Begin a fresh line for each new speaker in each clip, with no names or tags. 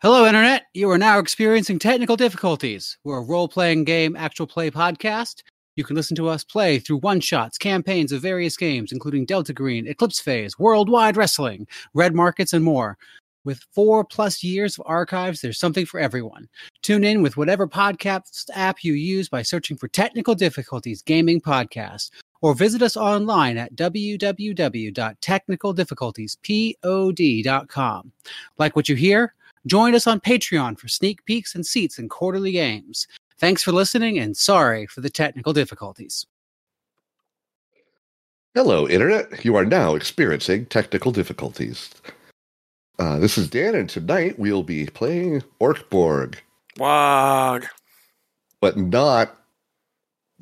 Hello, Internet. You are now experiencing technical difficulties. We're a role playing game actual play podcast. You can listen to us play through one shots, campaigns of various games, including Delta Green, Eclipse Phase, Worldwide Wrestling, Red Markets, and more. With four plus years of archives, there's something for everyone. Tune in with whatever podcast app you use by searching for Technical Difficulties Gaming Podcast or visit us online at www.technicaldifficultiespod.com. Like what you hear? Join us on Patreon for sneak peeks and seats in quarterly games. Thanks for listening and sorry for the technical difficulties.
Hello, Internet. You are now experiencing technical difficulties. Uh, this is Dan, and tonight we'll be playing Orkborg,
Wog.
but not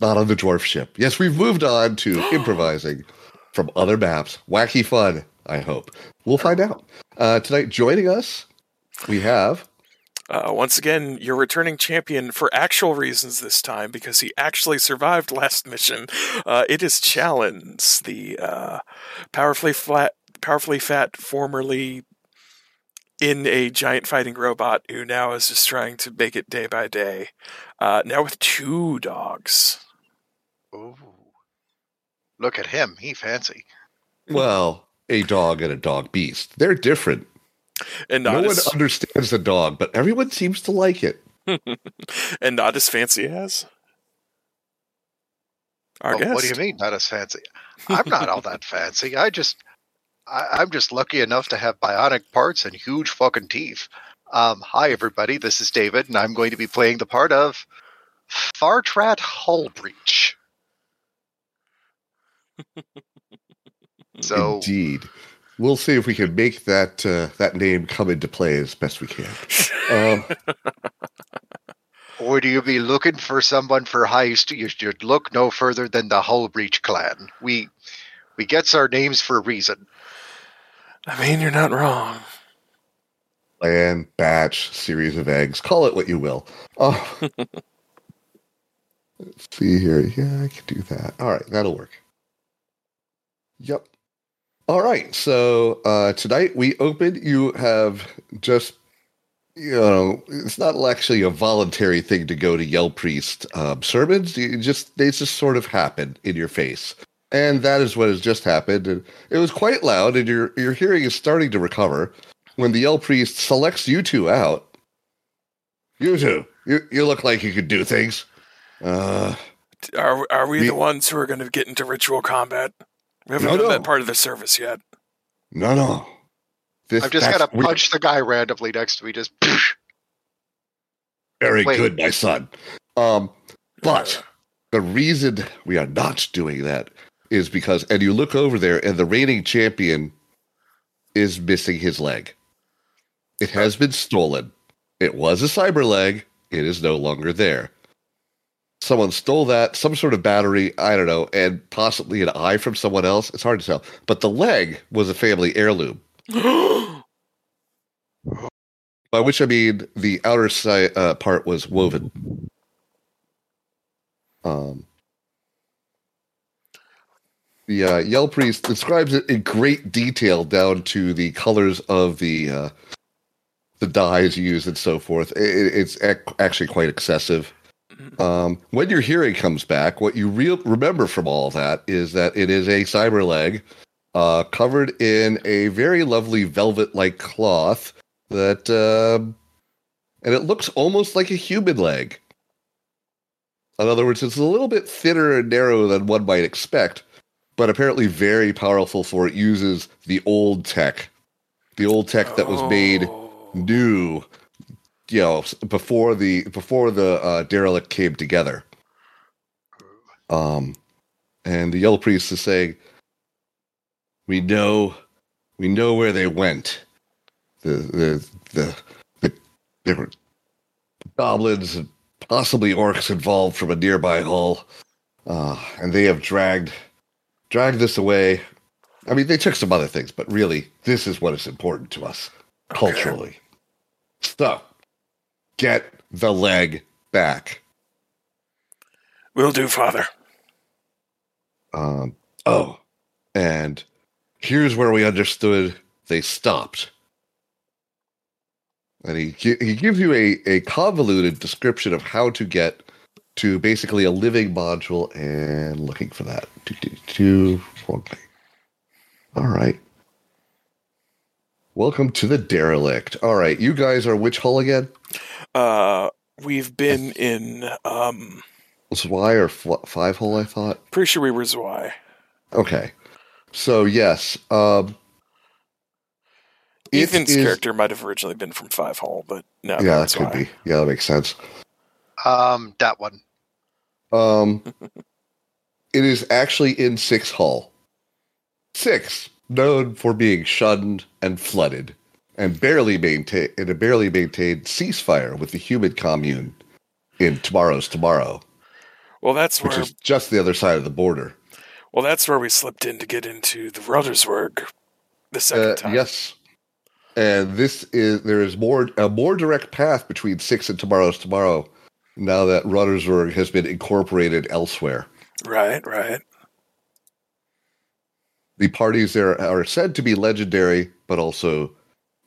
not on the dwarf ship. Yes, we've moved on to improvising from other maps. Wacky fun, I hope. We'll find out. Uh, tonight, joining us, we have
Uh, once again, your returning champion for actual reasons this time because he actually survived last mission. Uh, it is Challenge, the uh, powerfully flat, powerfully fat, formerly in a giant fighting robot who now is just trying to make it day by day. Uh, now with two dogs.
Ooh. Look at him. He fancy.
well a dog and a dog beast. They're different.
And not,
no one
as,
understands the dog, but everyone seems to like it.
and not as fancy as our
Well,
guest.
Oh, what do you mean not as fancy? I'm not all that fancy. I just I, I'm just lucky enough to have bionic parts and huge fucking teeth. Um, hi everybody, this is David, and I'm going to be playing the part of Fartrat Hullbreach. so
Indeed. We'll see if we can make that uh, that name come into play as best we can. Um,
or do you be looking for someone for heist? You should look no further than the Hullbreach clan. We we gets our names for a reason.
I mean, you're not wrong.
plan, batch, series of eggs. Call it what you will. Oh. Let's see here. Yeah, I can do that. All right, that'll work. Yep. All right. So uh, tonight we open. You have just, you know, it's not actually a voluntary thing to go to Yell Priest um, sermons. You just they just sort of happen in your face, and that is what has just happened. And it was quite loud, and your your hearing is starting to recover when the Yell Priest selects you two out. You two, you, you look like you could do things. Uh,
Are are we
We-
the ones who are going to get into ritual combat? We haven't
No,
done
no.
that part of the service yet.
no, no. This,
I've just
that's
got to
weird.
punch the guy randomly next to me. Just
Very
Wait.
good, my son. Um, but the reason we are not doing that is because, and you look over there, and the reigning champion is missing his leg. It has been stolen. It was a cyber leg. It is no longer there. Someone stole that, some sort of battery, I don't know, and possibly an eye from someone else. It's hard to tell. But the leg was a family heirloom. By which I mean the outer side uh, part was woven. Um, the uh, Yell Priest describes it in great detail down to the colors of the uh, the dyes used and so forth. I- I it's ac- actually quite excessive. Um, when your hearing comes back, what you re- remember from all that is that it is a cyber leg uh, covered in a very lovely velvet like cloth that um and it looks almost like a human leg in other words it's a little bit thinner and narrower than one might expect but apparently very powerful for it uses the old tech the old tech that was made
Oh.
new you know s- before the before the uh, derelict came together um and the yellow priest is saying we know we know where they went the the the, the there were goblins and possibly orcs involved from a nearby hull uh and they have dragged dragged this away i mean they took some other things but really this is what is important to us culturally so get the leg back
Will do, Father.
um, oh, and here's where we understood they stopped. and he gi- he gives you a a convoluted description of how to get to basically a living module and looking for that. Do, do, do, wrong thing. All right. Welcome to the derelict. All right, you guys are which hull again?
Uh, we've been in. Um,
Zwei or fl- five hull? I thought.
pretty sure we were Zwei.
Okay. So yes, um, it
Ethan's
is-
character might have originally been from Five Hall, but no.
Yeah, that
that's
could
why.
be. Yeah, that makes sense.
Um, that one.
Um, it is actually in Six Hall. Six, known for being shunned and flooded, and barely maintain in a barely maintained ceasefire with the human commune in Tomorrow's Tomorrow,
Well, that's
which
where.
is just the other side of the border.
well, that's where we slipped in to get into the Ruddersburg the second
Uh,
time.
yes. And this is there is more a more direct path between six and tomorrow's tomorrow now that Ruddersburg has been incorporated elsewhere.
Right. Right.
the parties there are said to be legendary, but also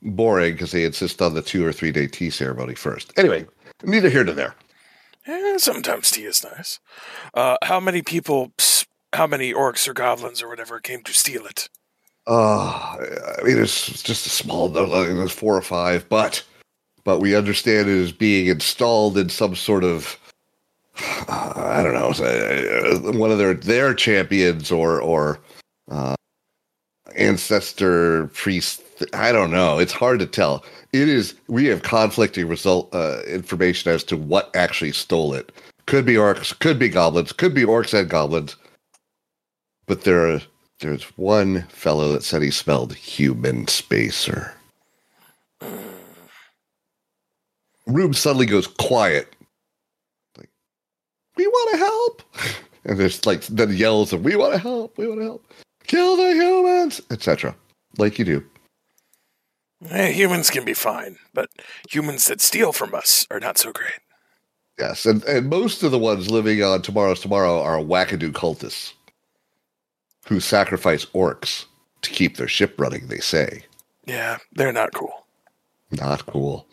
boring because they insist on the two or three day tea ceremony first. Anyway, neither here nor there.
Yeah, Eh, sometimes tea is nice. Uh, how many people? Psst, how many orcs or goblins or whatever came to steal it?
Uh, I mean, it's just a small, there's four or five, but but we understand it is being installed in some sort of, uh, I don't know, uh, one of their their champions or or uh, ancestor priest. I don't know. It's hard to tell. It is. We have conflicting result uh, information as to what actually stole it. Could be orcs. Could be goblins. Could be orcs and goblins. But there are there's one fellow that said he smelled human spacer. Room suddenly goes quiet. Like, we want to help. And there's like then yells of we want to help, we want to help, kill the humans, etc. Like you do.
Eh, humans can be fine, but humans that steal from us are not so great.
Yes, and, and most of the ones living on Tomorrow's Tomorrow are wackadoo cultists who sacrifice orcs to keep their ship running. They say.
Yeah, they're not cool.
Not cool.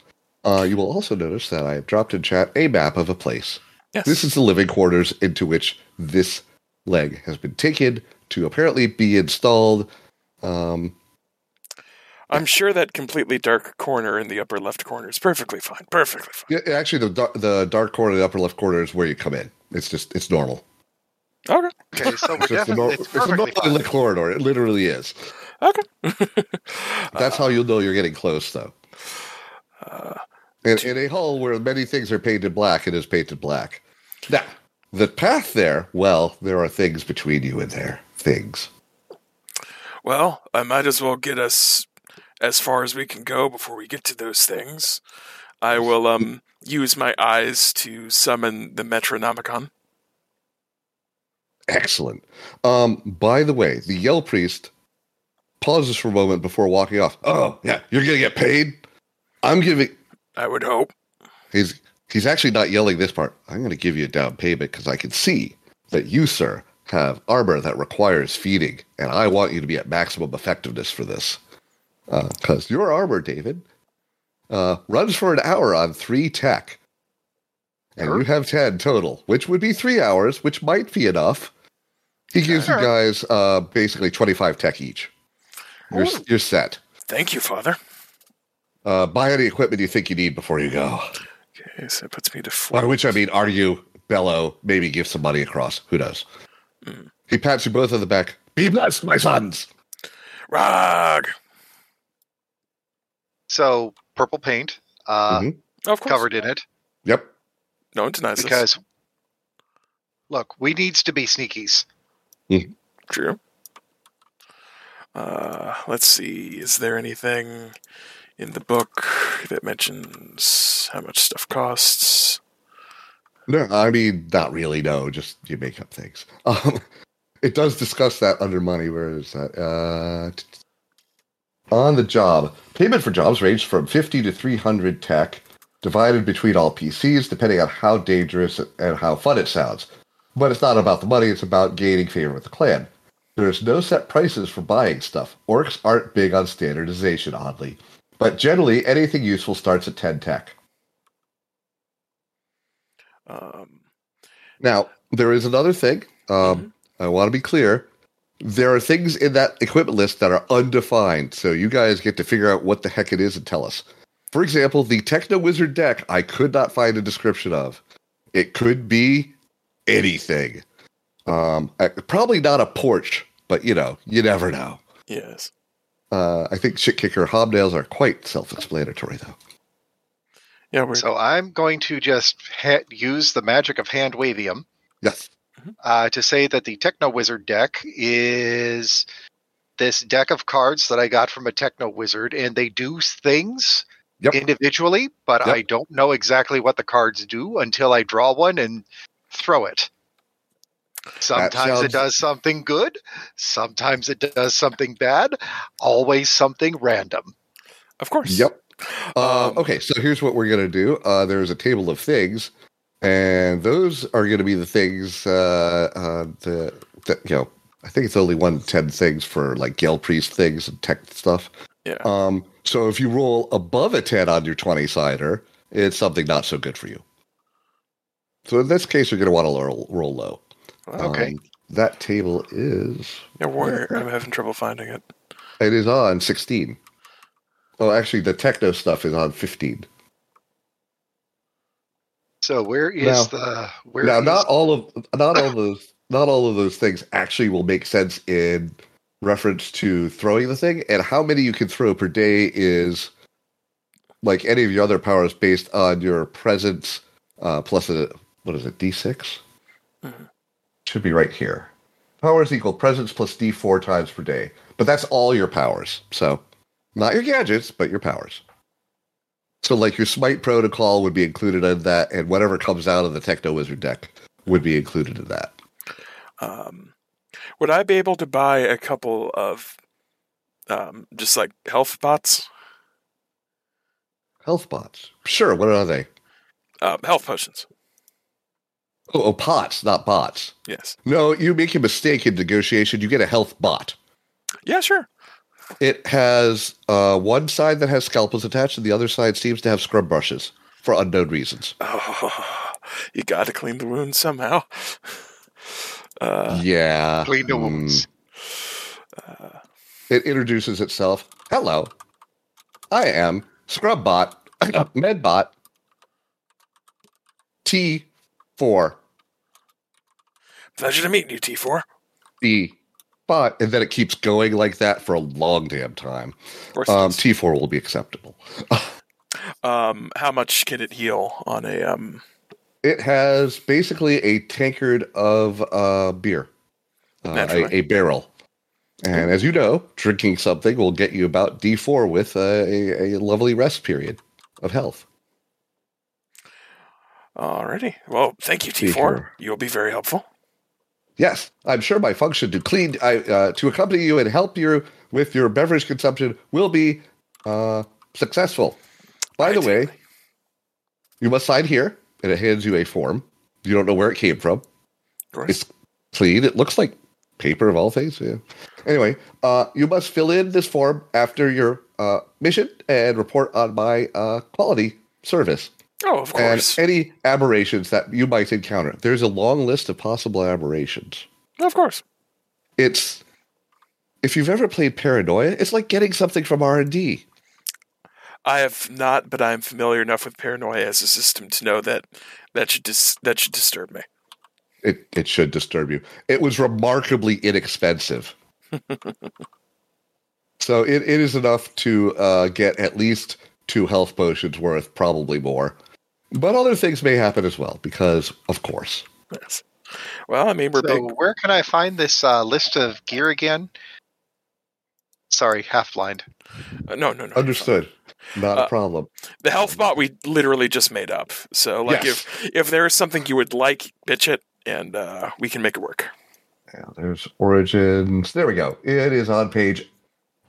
Uh, you will also notice that I have dropped in chat a map of a place.
Yes.
This is the living quarters into which this leg has been taken to apparently be installed. Um,
I'm sure that completely dark corner in the upper left corner is perfectly fine. Perfectly fine.
yeah, actually, the dar- the dark corner, the upper left corner, is where you come in. It's just it's normal.
Okay.
Okay, so we're
It's just the nor-
definitely
it's
it's
the normal
perfectly fine.
corridor. It literally is.
Okay.
That's how you'll know you're getting close, though.
Uh,
In, in a hall where many things are painted black, it is painted black. Now, the path there, well, there are things between you and there. Things.
well, I might as well get us as far as we can go before we get to those things. I will um use my eyes to summon the Metronomicon.
Excellent. Um, by the way, the Yell Priest pauses for a moment before walking off. Oh, yeah, you're gonna get paid. I'm giving.
I would hope.
He's he's actually not yelling this part. I'm gonna give you a down payment because I can see that you, sir, have armor that requires feeding, and I want you to be at maximum effectiveness for this. Because your armor, David, uh, runs for an hour on three tech, and you have ten total, which would be three hours, which might be enough. He gives you
Sure.
guys uh, basically twenty-five tech each. You're,
Ooh.
you're set.
Thank you, Father.
Uh, buy any equipment you think you need before you go.
Okay, so that puts me to
By
four.
which I mean argue, bellow, maybe give some money across. Who knows? He pats you both on the back. Be blessed, my sons.
Rog!
So purple paint, uh,
Mhm.
Of course.
covered in it,
Yep.
No one denies this.
because look, we needs to be sneakies.
True. Uh, let's see. Is there anything in the book that mentions how much stuff costs?
No, I mean not really. No, just you make up things. Um, it does discuss that under money. Where is that? Uh, t- t- on the job, payment for jobs ranged from fifty to three hundred tech, divided between all PCs, depending on how dangerous and how fun it sounds. But it's not about the money; it's about gaining favor with the clan. There's no set prices for buying stuff. Orcs aren't big on standardization, oddly. But generally, anything useful starts at 10 tech.
Um,
Now, there is another thing. Um,
Mhm.
I want to be clear. There are things in that equipment list that are undefined, so you guys get to figure out what the heck it is and tell us. For example, the Techno Wizard deck, I could not find a description of. It could be anything. Um, uh, probably not a porch, but you know, you never know.
yes.
Uh, I think shit kicker hobnails are quite self-explanatory, though.
Yeah. We're,
So I'm going to just ha- use the magic of hand wavium
Yes,
uh, to say that the Techno Wizard deck is this deck of cards that I got from a Techno Wizard, and they do things
Yep.
individually, but
Yep.
I don't know exactly what the cards do until I draw one and throw it. Sometimes
sounds-
it does something good, sometimes it does something bad, always something random.
of course.
yep. Uh,
Um,
okay, so here's what we're going to do. Uh, there's a table of things, and those are going to be the things uh, uh, the, that, you know, I think it's only one to 10 things for like Gale Priest things and tech stuff.
Yeah.
Um, so if you roll above a 10 on your 20 sider, it's something not so good for you. So in this case, you're going to want to roll, roll low.
Okay.
Um, that table is,
Yeah, warrior. I'm having trouble finding it.
it is on 16. Oh, actually, the techno stuff is on 15.
So where
Now-
is the where
now,
is-
not all of not all those not all of those things actually will make sense in reference to throwing the thing, and how many you can throw per day is like any of your other powers based on your presence uh, plus a what is it D 6
Hmm.
Mhm.
Should be right here. Powers equal presence plus D four times per day, but that's all your powers. So not your gadgets, but your powers. So, like your Smite protocol would be included in that, and whatever comes out of the Techno Wizard deck would be included in that.
Um, would I be able to buy a couple of um, just like health pots,
Health pots. Sure, what are they?
um, health potions?
Oh, oh, pots, not bots.
Yes.
No, you make a mistake in negotiation. You get a health bot.
Yeah, sure.
It has uh, one side that has scalpels attached, and the other side seems to have scrub brushes for unknown reasons.
Oh, you got to clean the wound somehow. Uh,
yeah.
clean the
Hmm.
wounds?
uh,
It introduces itself. Hello, I am Scrubbot, Medbot, T4,
pleasure to meet you, T4.
B, bot, and then it keeps going like that for a long damn time.
Of course it
Um,
is.
T4 will be acceptable.
um, how much can it heal on a um?
It has basically a tankard of uh, beer, uh,
Naturally.
a, a barrel. And as you know, drinking something will get you about D4 with uh, a, a lovely rest period of health.
Alrighty. Well, thank you, T4.
T4.
You'll be very helpful.
Yes, I'm sure my function to clean, I, uh, to accompany you and help you with your beverage consumption will be uh, successful. By the way,
Ideally.
you must sign here, and it hands you a form. You don't know where it came from.
Of course.
It's clean. It looks like paper of all things. Yeah. Anyway, uh, you must fill in this form after your uh, mission and report on my uh, quality service
oh, of
and
course.
any aberrations that you might encounter. There's a long list of possible aberrations
of course.
it's if you've ever played paranoia it's like getting something from r&d
I have not, but I am familiar enough with paranoia as a system to know that that should dis- that should disturb me.
it, it should disturb you it was remarkably inexpensive so it, it is enough to uh, get at least two health potions worth probably more but other things may happen as well because of course
Yes. Well, I mean, we're
so
big.
where can I find this uh, list of gear again? Sorry, half blind.
uh, No, no, no.
understood not
Uh,
a problem
The health bot we literally just made up. So, like, if if there is something you would like, pitch it, and uh, we can make it work.
Yeah, there's origins. There we go. It is on page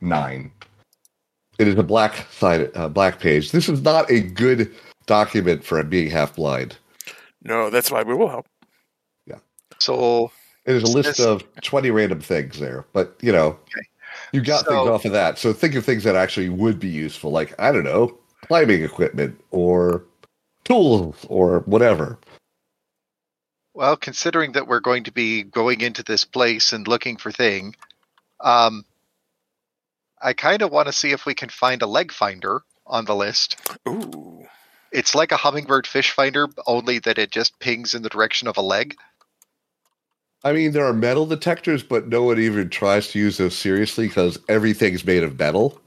nine. It is a black side, uh, black page. This is not a good document for being half blind.
No, that's why we will help.
So
It is a list
Yes.
of twenty random things there, but you know, You got things
So-
off of that. So think of things that actually would be useful, like I don't know, climbing equipment or tools or whatever.
Well, considering that we're going to be going into this place and looking for thing, um, I kind of want to see if we can find a leg finder on the list.
Ooh.
It's like a hummingbird fish finder, only that it just pings in the direction of a leg.
I mean, there are metal detectors, but no one even tries to use those seriously because everything's made of metal,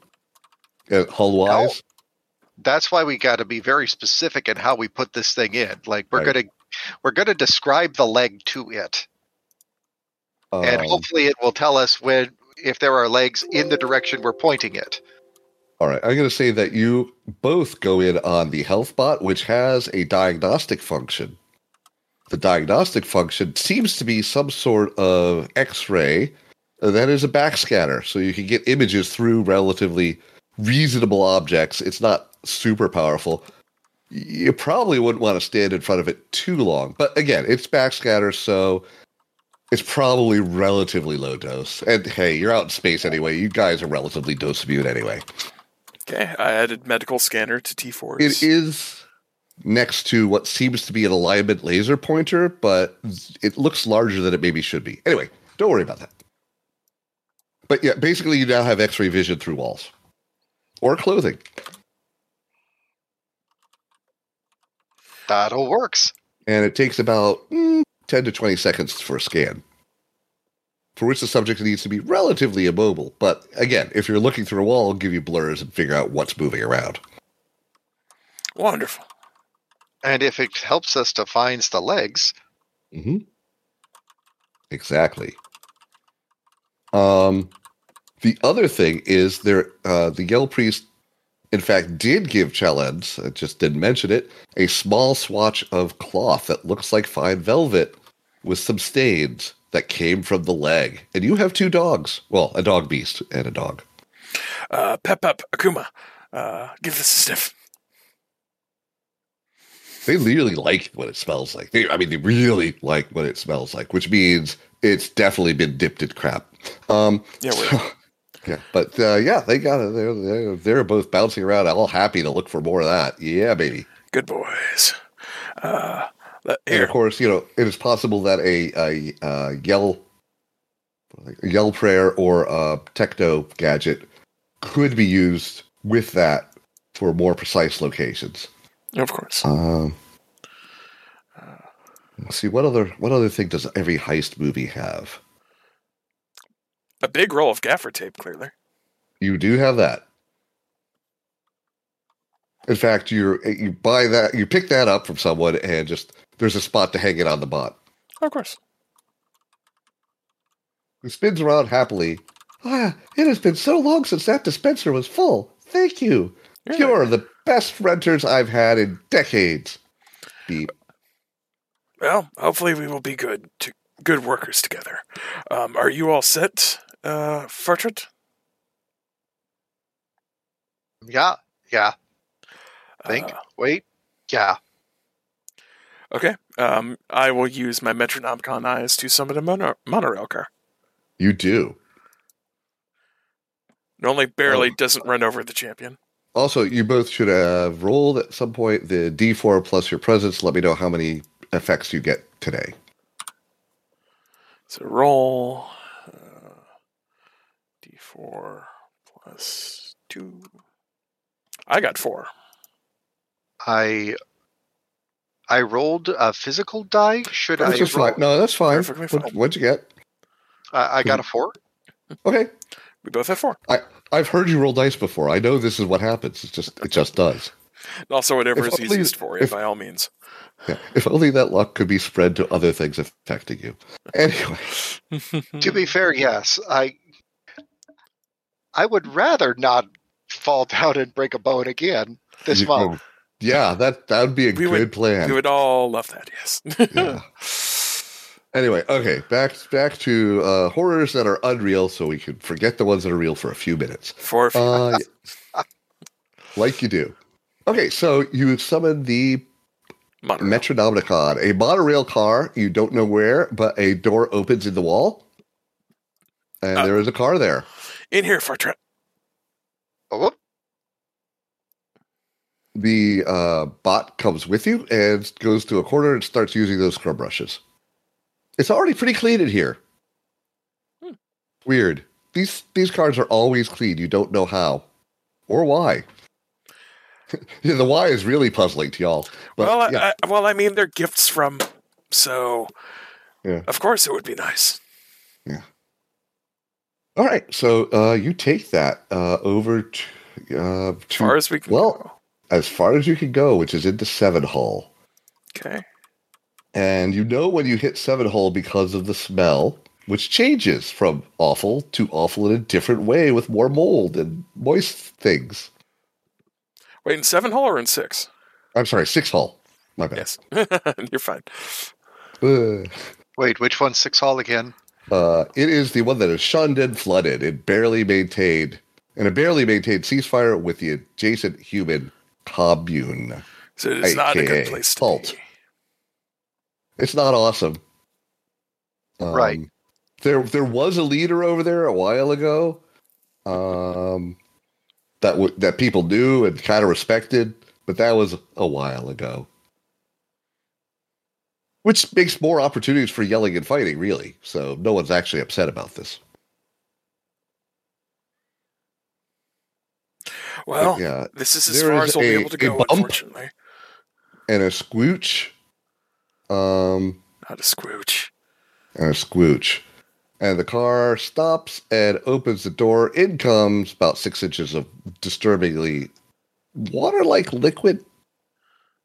uh, hull wise.
That's why we got to be very specific in how we put this thing in. Like we're
Right.
gonna we're gonna describe the leg to it, and
Um,
hopefully it will tell us when if there are legs in the direction we're pointing it.
All right, I'm going to say that you both go in on the health bot, which has a diagnostic function. The diagnostic function seems to be some sort of X-ray uh, that is a backscatter, so you can get images through relatively reasonable objects. It's not super powerful. You probably wouldn't want to stand in front of it too long, but again, it's backscatter, so it's probably relatively low dose. And hey, you're out in space anyway. You guys are relatively dose immune anyway.
Okay, I added medical scanner to T4.
It is next to what seems to be an alignment laser pointer, but it looks larger than it maybe should be. Anyway, don't worry about that. But yeah, basically, you now have x ray vision through walls or clothing.
That all works.
And it takes about mm, 10 to 20 seconds for a scan, for which the subject needs to be relatively immobile. But again, if you're looking through a wall, it'll give you blurs and figure out what's moving around.
Wonderful.
And if it helps us to find the legs,
Mm-hmm. Exactly. Um, the other thing is there. Uh, the Yell Priest, in fact, did give Chalens, I just didn't mention it, a small swatch of cloth that looks like fine velvet with some stains that came from the leg. And you have two dogs. Well, a dog beast and a dog.
Uh, pep up, Akuma. Uh, give this a sniff.
They really like what it smells like. They, I mean, they really like what it smells like, which means it's definitely been dipped in crap. Um,
Yeah, we're-
so- yeah, but uh, yeah, they got it. They're, they're they're both bouncing around, all happy to look for more of that. Yeah, baby.
Good boys. Uh, let-
And
here.
of course, you know, it is possible that a a, uh yell a yell prayer or a techno gadget could be used with that for more precise locations.
Of course.
Um, let's see what other what other thing does every heist movie have?
A big roll of gaffer tape, clearly.
You do have that. In fact, you you buy that you pick that up from someone and just there's a spot to hang it on the bot.
Of course.
It spins around happily. Ah, it has been so long since that dispenser was full. Thank you.
Yeah.
You're the best renters I've had in decades. Beep.
Well, hopefully we will be good to good workers together. Um, are you all set, uh, Fartred?
yeah, yeah. Think,
Uh,
wait, yeah.
okay. Um, I will use my Metronomicon eyes to summon a mono- monorail car.
You do.
It only barely
Oh.
doesn't run over the champion.
Also, you both should have rolled at some point the D4 plus your presence. Let me know how many effects you get today.
So roll uh, d4 plus 2. I got 4.
I I rolled a physical die. Should I?
That's just
roll-
fine. No, that's fine.
Perfectly fine.
What, what'd you get?
I, I got
Hmm.
a four.
Okay.
We both have 4.
I've heard you roll dice before. I know this is what happens. It's just it just does.
And also, whatever
If
is
only-
easiest for you,
if-
by all means.
Yeah. If only that luck could be spread to other things affecting you. Anyway,
To be fair, yes. I I would rather not fall down and break a bone again this
you-
month.
yeah, that that would be a
We
good
would-
plan.
we would all love that, yes.
Yeah. Anyway, okay, back back to uh, horrors that are unreal, so we can forget the ones that are real for a few minutes.
Four.
Uh, like you do. Okay, so you summon the
monorail.
Metronomicon, a monorail car. You don't know where, but a door opens in the wall, and
Uh.
there is a car there.
In here, Fartran.
Oh,
The uh, bot comes with you and goes to a corner and starts using those scrub brushes. It's already pretty clean in here.
Hmm.
Weird. These these cards are always clean. You don't know how or why. yeah, the why is really puzzling to y'all. But
well, I-
yeah,
I, well, I mean, they're gifts from, so
Yeah.
of course it would be nice.
all right. So uh, you take that uh, over to, uh,
As
to
far as we can
Well- as far as you can go, which is into seven hole.
go. Okay.
And you know when you hit seven hole because of the smell, which changes from awful to awful in a different way with more mold and moist things.
Wait, in seven hole or in six?
I'm sorry, six hole. My bad.
Yes. You're fine.
Ugh.
wait, which one's six hall again?
Uh, it is the one that is shunned and flooded. It barely maintained, and a barely maintained ceasefire with the adjacent human commune.
So it is not a good
AKA
place to
fault.
be.
It's not awesome. Um,
Right.
There there was a leader over there a while ago. Um that w- that people knew and kind of respected, but that was a while ago. Which makes more opportunities for yelling and fighting, really. So no one's actually upset about this.
Well,
yeah.
this is as
There
far
is
as we'll
a-
be able to
a
go,
bump.
unfortunately.
And a squooch. Um
Not a squooch.
and a squooch. And the car stops and opens the door. In comes about six inches of disturbingly water like liquid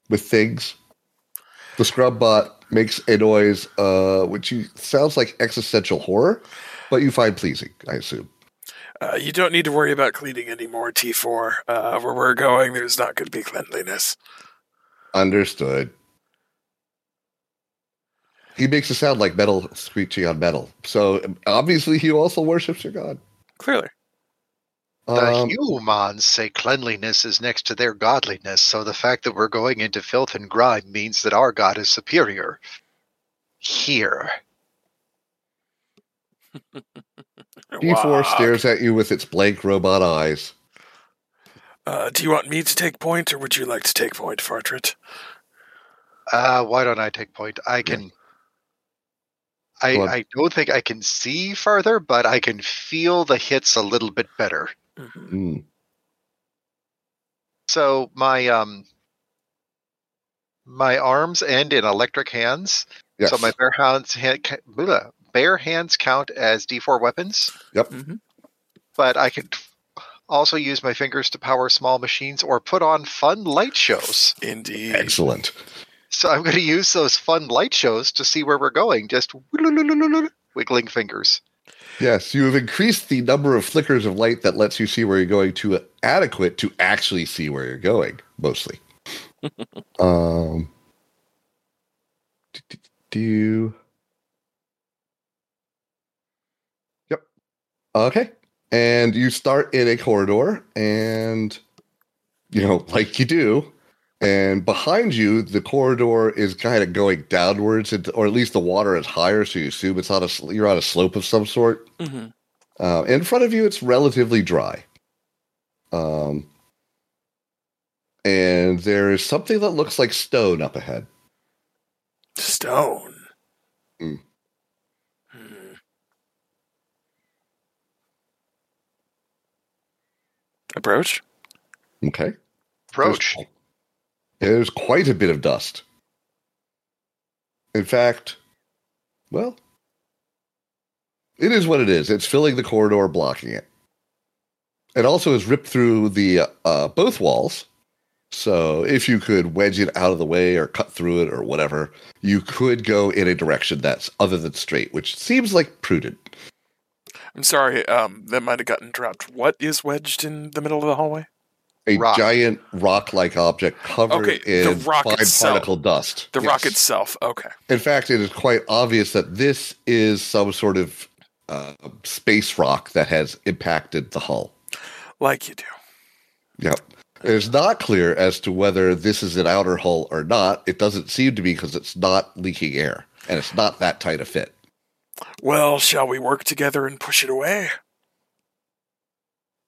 with things. The scrub bot makes a noise, uh, which you, sounds like existential horror, but you find pleasing, I assume.
Uh, you don't need to worry about cleaning anymore, T4. Uh, where we're going, there's not going to be cleanliness.
Understood. He makes a sound like metal screeching on metal. So obviously, he also worships your god.
Clearly.
The
Um,
humans say cleanliness is next to their godliness, so the fact that we're going into filth and grime means that our god is superior. Here.
D4
Wow.
stares at you with its blank robot eyes.
Uh, do you want me to take point, or would you like to take point, Fartrit?
Uh, why don't I take point? I can. I,
Go on.
I don't think I can see farther, but I can feel the hits a little bit better.
Mhm.
Mm.
So my um my arms end in electric hands.
Yes.
So my bare hands hand, ca- blah, bare hands count as D4 weapons.
Yep.
Mhm.
But I can also use my fingers to power small machines or put on fun light shows.
Indeed.
Excellent.
So I'm going to use those fun light shows to see where we're going. Just wiggling fingers.
Yes, you have increased the number of flickers of light that lets you see where you're going to adequate to actually see where you're going, mostly. um, d- d- do you? Yep. Okay. And you start in a corridor, and you know, like you do. And behind you, the corridor is kind of going downwards, into, or at least the water is higher, so you assume it's on a sl- you're on a slope of some sort.
Mhm.
Uh, in front of you, it's relatively dry. Um, and there is something that looks like stone up ahead.
Stone.
Mm.
Hmm. Approach?
Okay.
Approach.
There's, there's quite a bit of dust. In fact, well, it is what it is. It's filling the corridor, blocking it. It also has ripped through the uh, both walls. So if you could wedge it out of the way or cut through it or whatever, you could go in a direction that's other than straight, which seems like prudent.
I'm sorry, um, that might have gotten dropped. What is wedged in the middle of the hallway?
A
Rock.
giant rock-like object covered
Okay, the
in
rock
fine
itself.
particle dust.
The rock
Yes.
itself. Okay.
In fact, it is quite obvious that this is some sort of uh, space rock that has impacted the hull.
Like you do.
Yep. It is not clear as to whether this is an outer hull or not. It doesn't seem to be because it's not leaking air and it's not that tight a fit.
Well, shall we work together and push it away?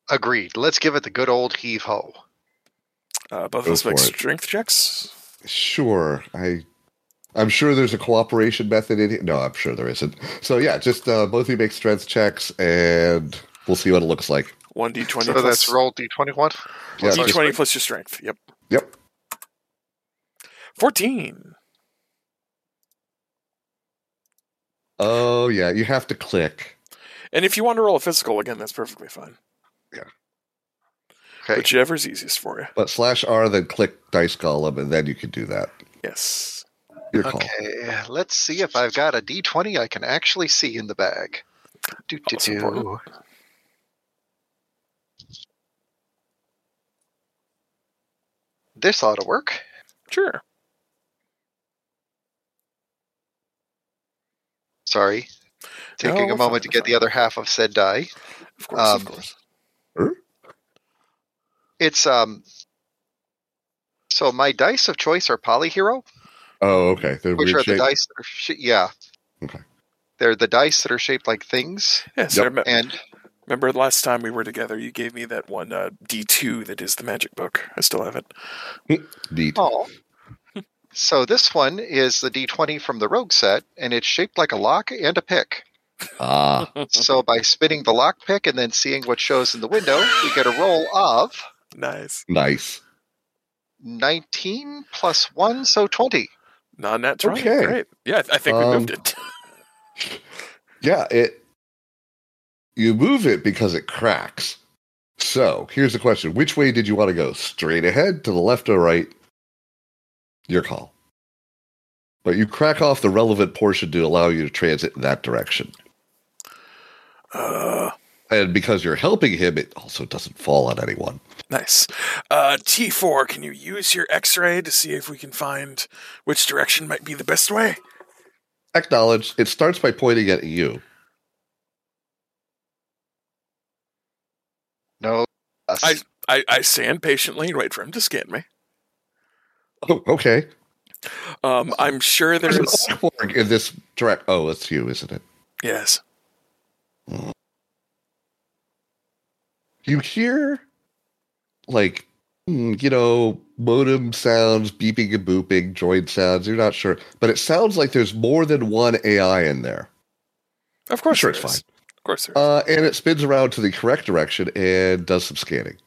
Agreed. Let's give it the good old heave ho.
Uh, both
Go
of us make
for it.
strength checks.
Sure, I. I'm sure there's a cooperation method in it. No, I'm sure there isn't. So yeah, just uh, both of you make strength checks, and we'll see what it looks like.
One d twenty.
So that's roll d21.
Yeah,
D
just-
twenty plus your strength. Yep.
Yep.
Fourteen.
Oh yeah, you have to click.
And if you want to roll a physical again, that's perfectly fine.
Okay.
Whichever's easiest for you.
But slash R, then click dice column, and then you can do that.
Yes.
Your call.
Okay. Let's see if I've got a d20 I can actually see in the bag. Do, do,
That's
do.
important.
This ought to work.
Sure.
Sorry. Taking
we're
a moment
fine,
to
we're
get the
fine.
other half of said die.
Of course.
Um,
of course.
It's um so my dice of choice are polyhero,
Oh, okay. They're
which
weird
are the
shape.
dice that are sh- yeah.
Okay.
They're the dice that are shaped like things
Yes.
yep.
I rem-
and
remember last time we were together, you gave me that one uh, D two that is the magic book. I still have it.
Neat.
Oh. so this one is the D20 from the rogue set, and it's shaped like a lock and a pick.
Ah,
so by spinning the lock pick and then seeing what shows in the window, we get a roll of
Nice.
nice.
19 plus 1, so 20.
Non nat twenty.
Okay.
Great. Yeah, I th- I think we
Um,
moved it.
Yeah, it. You move it because it cracks. So here's the question: Which way did you want to go? Straight ahead, to the left, or right? Your call. But you crack off the relevant portion to allow you to transit in that direction.
Uh,
And because you're helping him, it also doesn't fall on anyone.
nice. Uh, T four. Can you use your X ray to see if we can find which direction might be the best way?
Acknowledge. It starts by pointing at you.
No. us.
I, I stand patiently and wait for him to scan me.
Oh, okay.
Um, I'm sure
There's an
there's
orc in this direct. Oh, it's you, isn't it?
yes.
you hear like mm, you know modem sounds beeping and booping droid sounds you're not sure but it sounds like there's more than one ai in there
Of course,
Sure,
there
it's
is. Of course, there is.
uh, and it spins around to the correct direction and does some scanning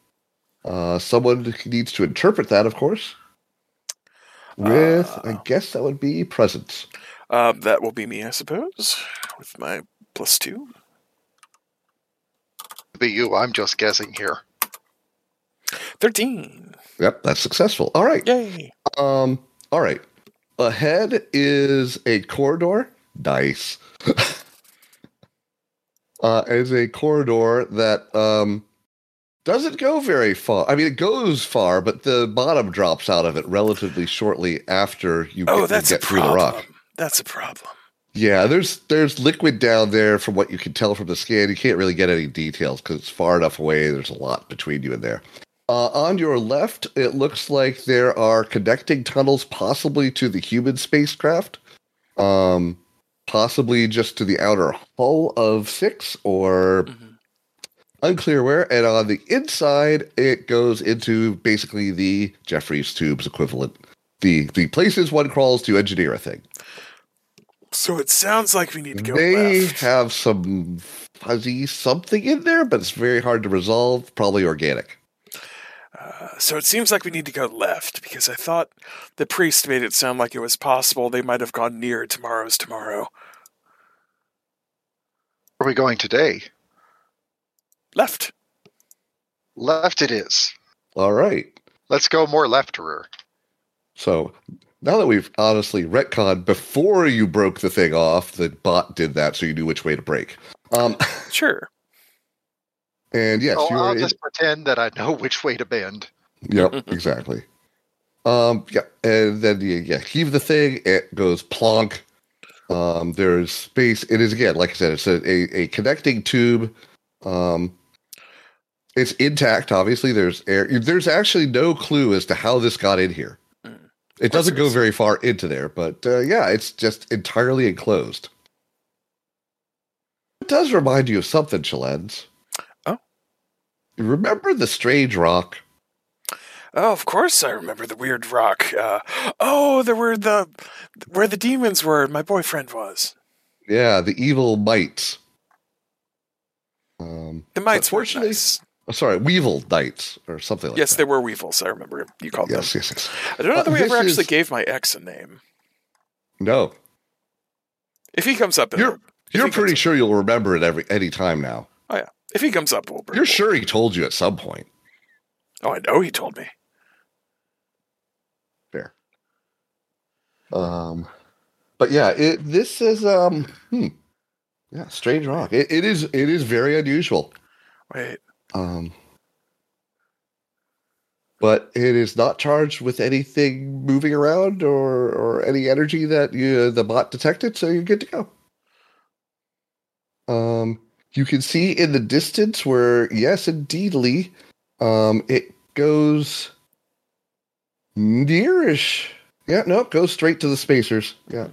uh, someone needs to interpret that of course with i
Uh.
guess that would be presence
Um, that will be me, I suppose, with my plus two.
be you. I'm just guessing here.
13.
yep that's successful all right
Yay.
um all right ahead is a corridor nice uh, is a corridor that um, doesn't go very far. I mean, it goes far, but the bottom drops out of it relatively shortly after you
Oh,
get,
that's a
get through the rock.
problem. That's a problem.
Yeah, there's there's liquid down there from what you can tell from the scan. You can't really get any details because it's far enough away. There's a lot between you and there. Uh, on your left, it looks like there are connecting tunnels, possibly to the human spacecraft, um, possibly just to the outer hull of six, or
Mhm.
unclear where. And on the inside, it goes into basically the Jeffrey's tubes equivalent, the the places one crawls to engineer a thing.
So it sounds like we need to go
They
left.
have some fuzzy something in there, but it's very hard to resolve. Probably organic.
Uh, so it seems like we need to go left because I thought the priest made it sound like it was possible they might have gone near tomorrow's tomorrow.
Where are we going today?
Left.
Left it is.
All right.
Let's go more lefterer.
So now that we've honestly retconned, before you broke the thing off, the bot did that so you knew which way to break. Um,
Sure.
and yes,
oh,
you
I'll
are in,
just pretend that I know which way to bend.
Yep, exactly. Um, yeah, and then you yeah, heave the thing, it goes plonk. Um, there's space. It is again, like I said, it's a, a, a connecting tube. Um, it's intact, obviously. There's air. There's actually no clue as to how this got in here.
Mm.
It doesn't
there
go
is.
very far into there, but uh, yeah, it's just entirely enclosed. It does remind you of something, Chalens.
Oh.
Remember the strange rock?
Oh, of course, I remember the weird rock. Uh, oh, there were the where the demons were. My boyfriend was
Yeah, the evil mites. Um,
the mites.
Unfortunately-
were nice.
oh, sorry, weevil knights or something like
yes,
that.
they were weevils. I remember you called
Yes, yes, yes.
them. I don't know
Uh,
that we
this
ever actually
is-
gave my ex a name.
No,
If he comes up,
You're-
if
you're
he
pretty
comes
sure you'll remember it every any time now.
Up, if he comes up, we'll bring
You're
him.
sure he told you at some point.
Oh, I know he told me.
Fair. Um, but yeah, it, this is um, hmm, yeah, strange rock. It, it is. It is very unusual.
Wait,
Um, but it is not charged with anything moving around or or any energy that you, the bot detected, so you're good to go. Um, you can see in the distance where yes, indeed, Lee, um, it goes nearish. Yeah, no, it goes straight to the spacers. Yeah,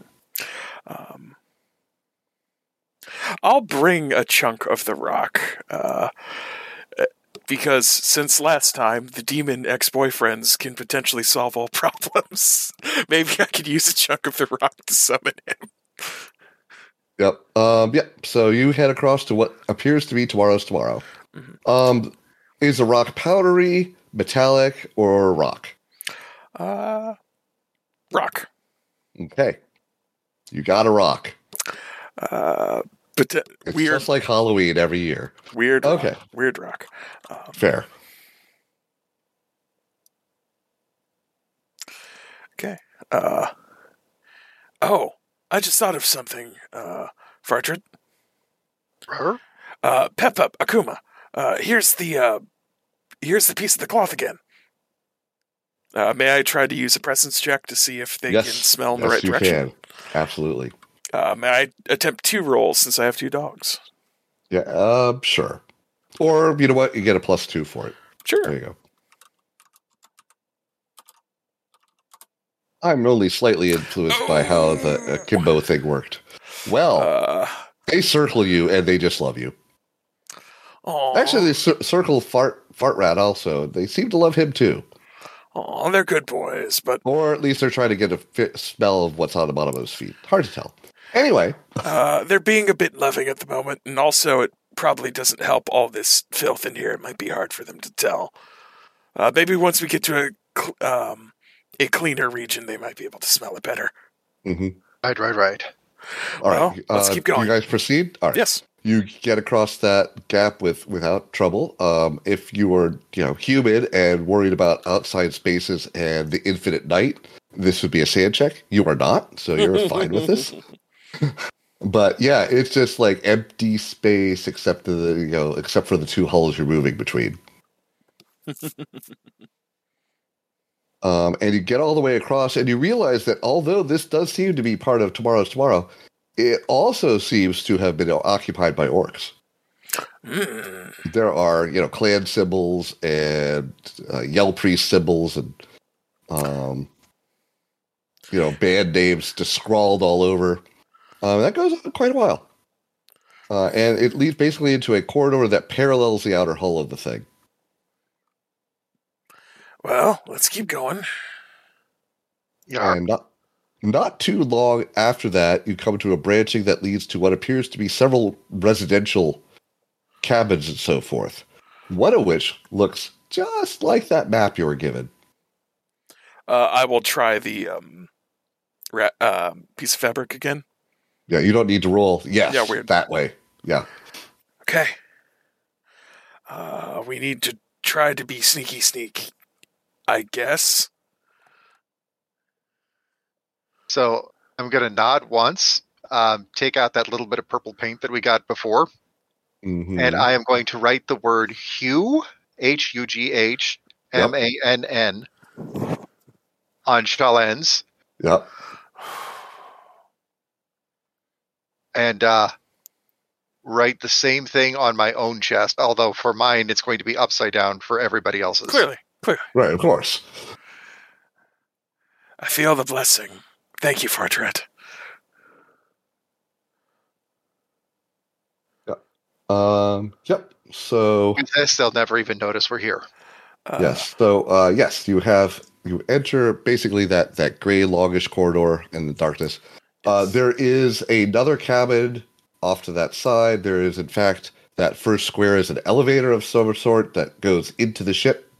Um, I'll bring a chunk of the rock uh, uh, because since last time, the demon ex boyfriends can potentially solve all problems. Maybe I could use a chunk of the rock to summon him.
Yep. Um, yep. So you head across to what appears to be tomorrow's tomorrow.
Mhm.
Um, is the rock powdery, metallic, or rock?
Uh, rock.
Okay. You got a rock.
Uh, but
It's
weird,
just like Halloween every year.
weird,
Okay.
rock, weird rock. Um,
Fair.
uh, oh, I just thought of something, uh, Fartrid.
Her?
Uh, Pep Up, Akuma. Uh, here's the uh, here's the piece of the cloth again. Uh, may I try to use a presence check to see if they
Yes.
can smell in the
Yes,
right
you
direction?
can. Absolutely.
Uh, may I attempt two rolls since I have two dogs?
Yeah. Uh, sure. Or you know what? You get a plus two for it. There
Sure.
you go. I'm only slightly influenced by how
Oh,
the uh, Kimbo thing worked. Well,
Uh,
they circle you and they just love you.
aw,
Oh. Actually, they cir- circle fart fart rat also. They seem to love him too,
aw, they're good boys, but
or at least they're trying to get a fi smell of what's on the bottom of his feet. Hard to tell. Anyway,
uh, they're being a bit loving at the moment, and also it probably doesn't help all this filth in here. It might be hard for them to tell. Uh, maybe once we get to a cl- um, a cleaner region, they might be able to smell it better.
Mhm.
Right, right, right.
All right, Uh,
Well, let's keep going.
You guys proceed. All right.
Yes.
You get across that gap with without trouble. Um, if you were, you know, human and worried about outside spaces and the infinite night, this would be a sand check. You are not, so you're fine with this. But yeah, it's just like empty space, except for the you know, except for the two hulls you're moving between. um, and you get all the way across, and you realize that although this does seem to be part of tomorrow's tomorrow, it also seems to have been occupied by orcs.
Mm.
There are you know clan symbols and uh, yell priest symbols and um, you know band names just scrawled all over. Um, that goes on quite a while, uh, and it leads basically into a corridor that parallels the outer hull of the thing.
Well, let's keep going.
Yeah.
And not, not too long after that, you come to a branching that leads to what appears to be several residential cabins and so forth. One of which looks just like that map you were given.
Uh, I will try the um, ra- uh, piece of fabric again.
Yeah, you don't need to roll. Yes,
Yeah, weird.
that way. Yeah.
Okay. Uh, we need to try to be sneaky sneak, I guess.
So I'm going to nod once, um, take out that little bit of purple paint that we got before,
Mhm.
and I am going to write the word Hugh, H U G H M A N N, on Shalens.
Yep.
and uh, write the same thing on my own chest. Although for mine, it's going to be upside down for everybody else's.
Clearly, clearly.
Right, of course.
I feel the blessing. Thank you, Fartret.
Um, yep. So
With this, they'll never even notice we're here.
Uh,
yes. So uh, yes, you have you enter basically that that gray longish corridor in the darkness. Uh,
Yes.
there is another cabin off to that side. There is, in fact, that first square is an elevator of some sort that goes into the ship.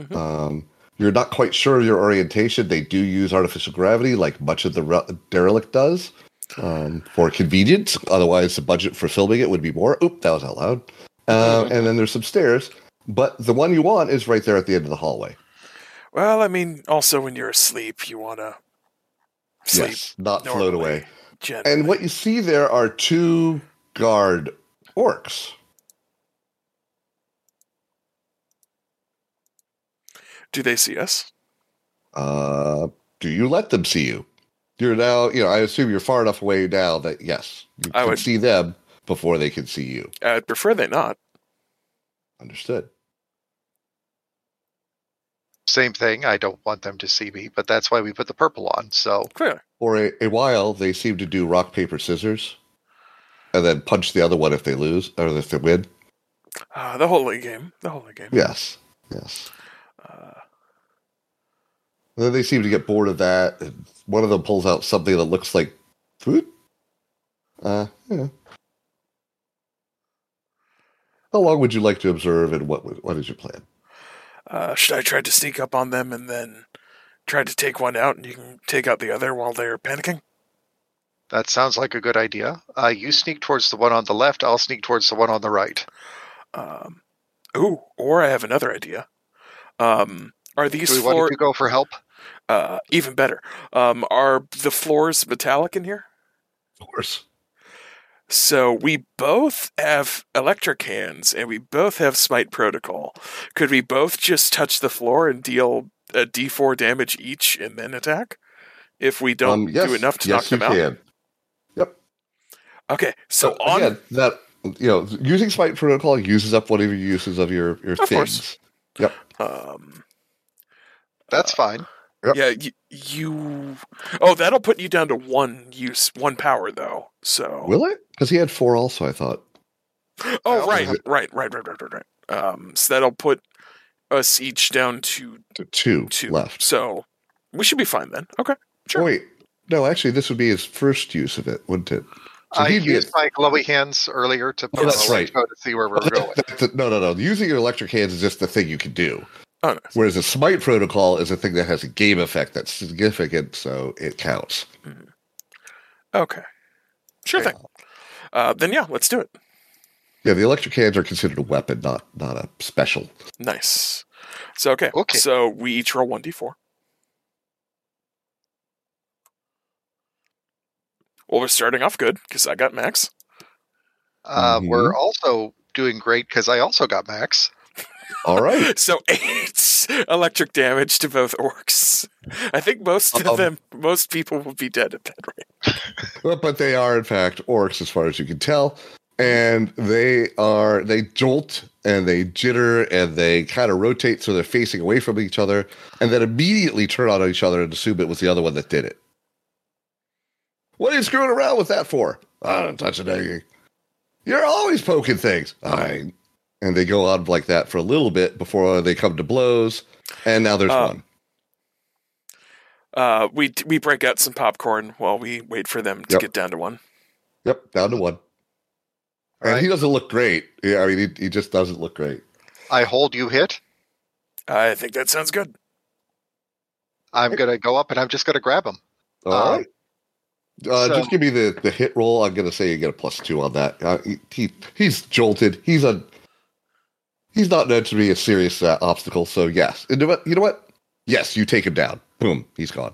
Mhm.
Um, you're not quite sure of your orientation. They do use artificial gravity, like much of the re- derelict does, um, for convenience. Otherwise, the budget for filming it would be more. Oop, that was out loud. Uh, and then there's some stairs, but the one you want is right there at the end of the hallway.
Well, I mean, also when you're asleep, you want to sleep.
yes, not float
normally,
away.
Generally.
And what you see there are two guard orcs.
do they see us?
Uh, do you let them see you? You're now, you know, I assume you're far enough away now that yes, you
I
can
would-
see them before they can see you.
I'd prefer they not.
Understood.
Same thing. I don't want them to see me, but that's why we put the purple on. So
Clearly.
For a, a while, they seem to do rock, paper, scissors, and then punch the other one if they lose or if they win.
Uh, the holy game. The holy game.
Yes, yes.
Uh,
And then they seem to get bored of that. And one of them pulls out something that looks like food. Uh, yeah. How long would you like to observe, and what would- what is your plan?
uh, should I try to sneak up on them and then try to take one out and you can take out the other while they're panicking?
that sounds like a good idea. Uh, you sneak towards the one on the left. I'll sneak towards the one on the right.
Um, ooh, or I have another idea. Um, are these
Do we
floor
want to go for help?
uh, even better? Um, are the floors metallic in here?
Of course.
So we both have electric hands and we both have smite protocol. Could we both just touch the floor and deal a d4 damage each and then attack? If we
Um,
don't do enough to
Um, yes,
knock them
you
out.
Can.
Okay, so
So
Uh,
on
again, that you know, using smite protocol uses up whatever uses of your your
Of course.
things.
um
That's fine.
Yep.
yeah, y- you Oh, that'll put you down to one use, one power though. So
Will it? Because he had four also. I thought.
Oh,
Well-
right, right, right, right, right, right, right. Um so that'll put us each down to
Two,
two.
left.
So we should be fine then. Okay. Sure.
Oh, wait, no, actually, this would be his first use of it, wouldn't it? So
I
he'd be
used
at-
my glowy hands earlier to put
Oh, that's
on the
right.
window to see where we we're going.
Th- no, no, no. Using your electric hands is just the thing you can do.
Oh, nice.
Whereas a smite protocol is a thing that has a game effect that's significant, so it counts.
Okay. Sure thing. Uh, then yeah, let's do it.
Yeah, the electric hands are considered a weapon, not not a special.
Nice. So okay.
Okay.
So we each roll one d four. Well, we're starting off good because I got max.
Uh,
Mhm.
We're also doing great because I also got max.
All right.
So eight electric damage to both orcs. I think most of
Um,
them, most people will be dead at that rate.
Well, but they are in fact orcs, as far as you can tell, and they are they jolt and they jitter and they kind of rotate so they're facing away from each other, and then immediately turn on each other and assume it was the other one that did it. What are you screwing around with that for? I don't touch it. Aggie. You're always poking things. I. And they go on like that for a little bit before they come to blows, and now there's
Uh,
one.
Uh, we we break out some popcorn while we wait for them to
Yep.
get down to one.
Yep, down to one.
All
And he
right.
doesn't look great. Yeah, I mean, he, he just doesn't look great.
I hold, you hit.
I think that sounds good.
I'm going to go up and I'm just going to grab him.
All
Uh,
right. Uh,
so-
just give me the, the hit roll. I'm gonna say you get a plus two on that. Uh, he, he he's jolted. He's a he's not known to be a serious uh, obstacle. So yes, and you know what? You know what? Yes, you take him down. Boom, he's gone.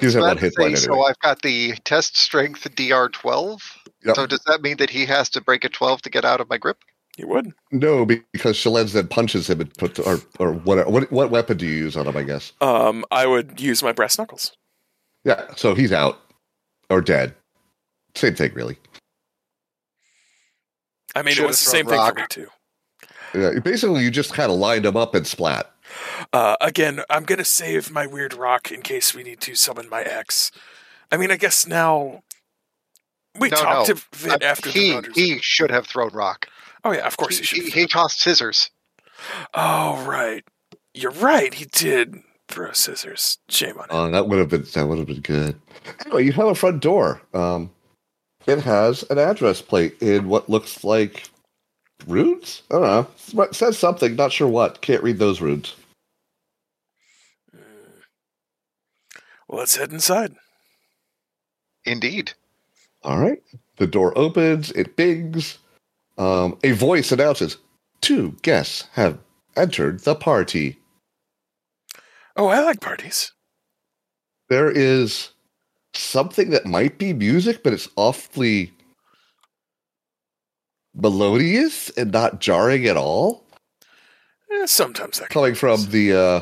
He's had one
Let's
hit
see,
point anyway.
So I've got the test strength DR 12.
Yep.
So does that mean that he has to break a 12 to get out of my grip?
You would.
no, be- because Shalens then punches him and puts or or what what what weapon do you use on him? I guess.
Um, I would use my brass knuckles.
Yeah. So he's out or dead. Same thing, really.
I mean, it
Should've
was the
thrown
same
rock.
thing for me too.
Yeah, basically, you just kind of lined him up and splat.
Uh, again, I'm gonna save my weird rock in case we need to summon my ex. I mean, I guess now we
No,
talked
no.
to Vin
Uh,
after the
he,
murders.
he should have thrown rock.
Oh yeah, of course he,
He,
should.
he,
have.
tossed scissors.
oh right, you're right. He did throw scissors. Shame on him.
Uh, that would have been that would have been good. Anyway, you have a front door. Um, it has an address plate in what looks like runes. I don't know. It says something. Not sure what. Can't read those runes.
Mm. Well, let's head inside.
Indeed.
All right. The door opens. It bings. Um, a voice announces: Two guests have entered the party.
Oh, I like parties.
There is something that might be music, but it's awfully melodious and not jarring at all.
Eh, sometimes that
coming from
happens.
the uh,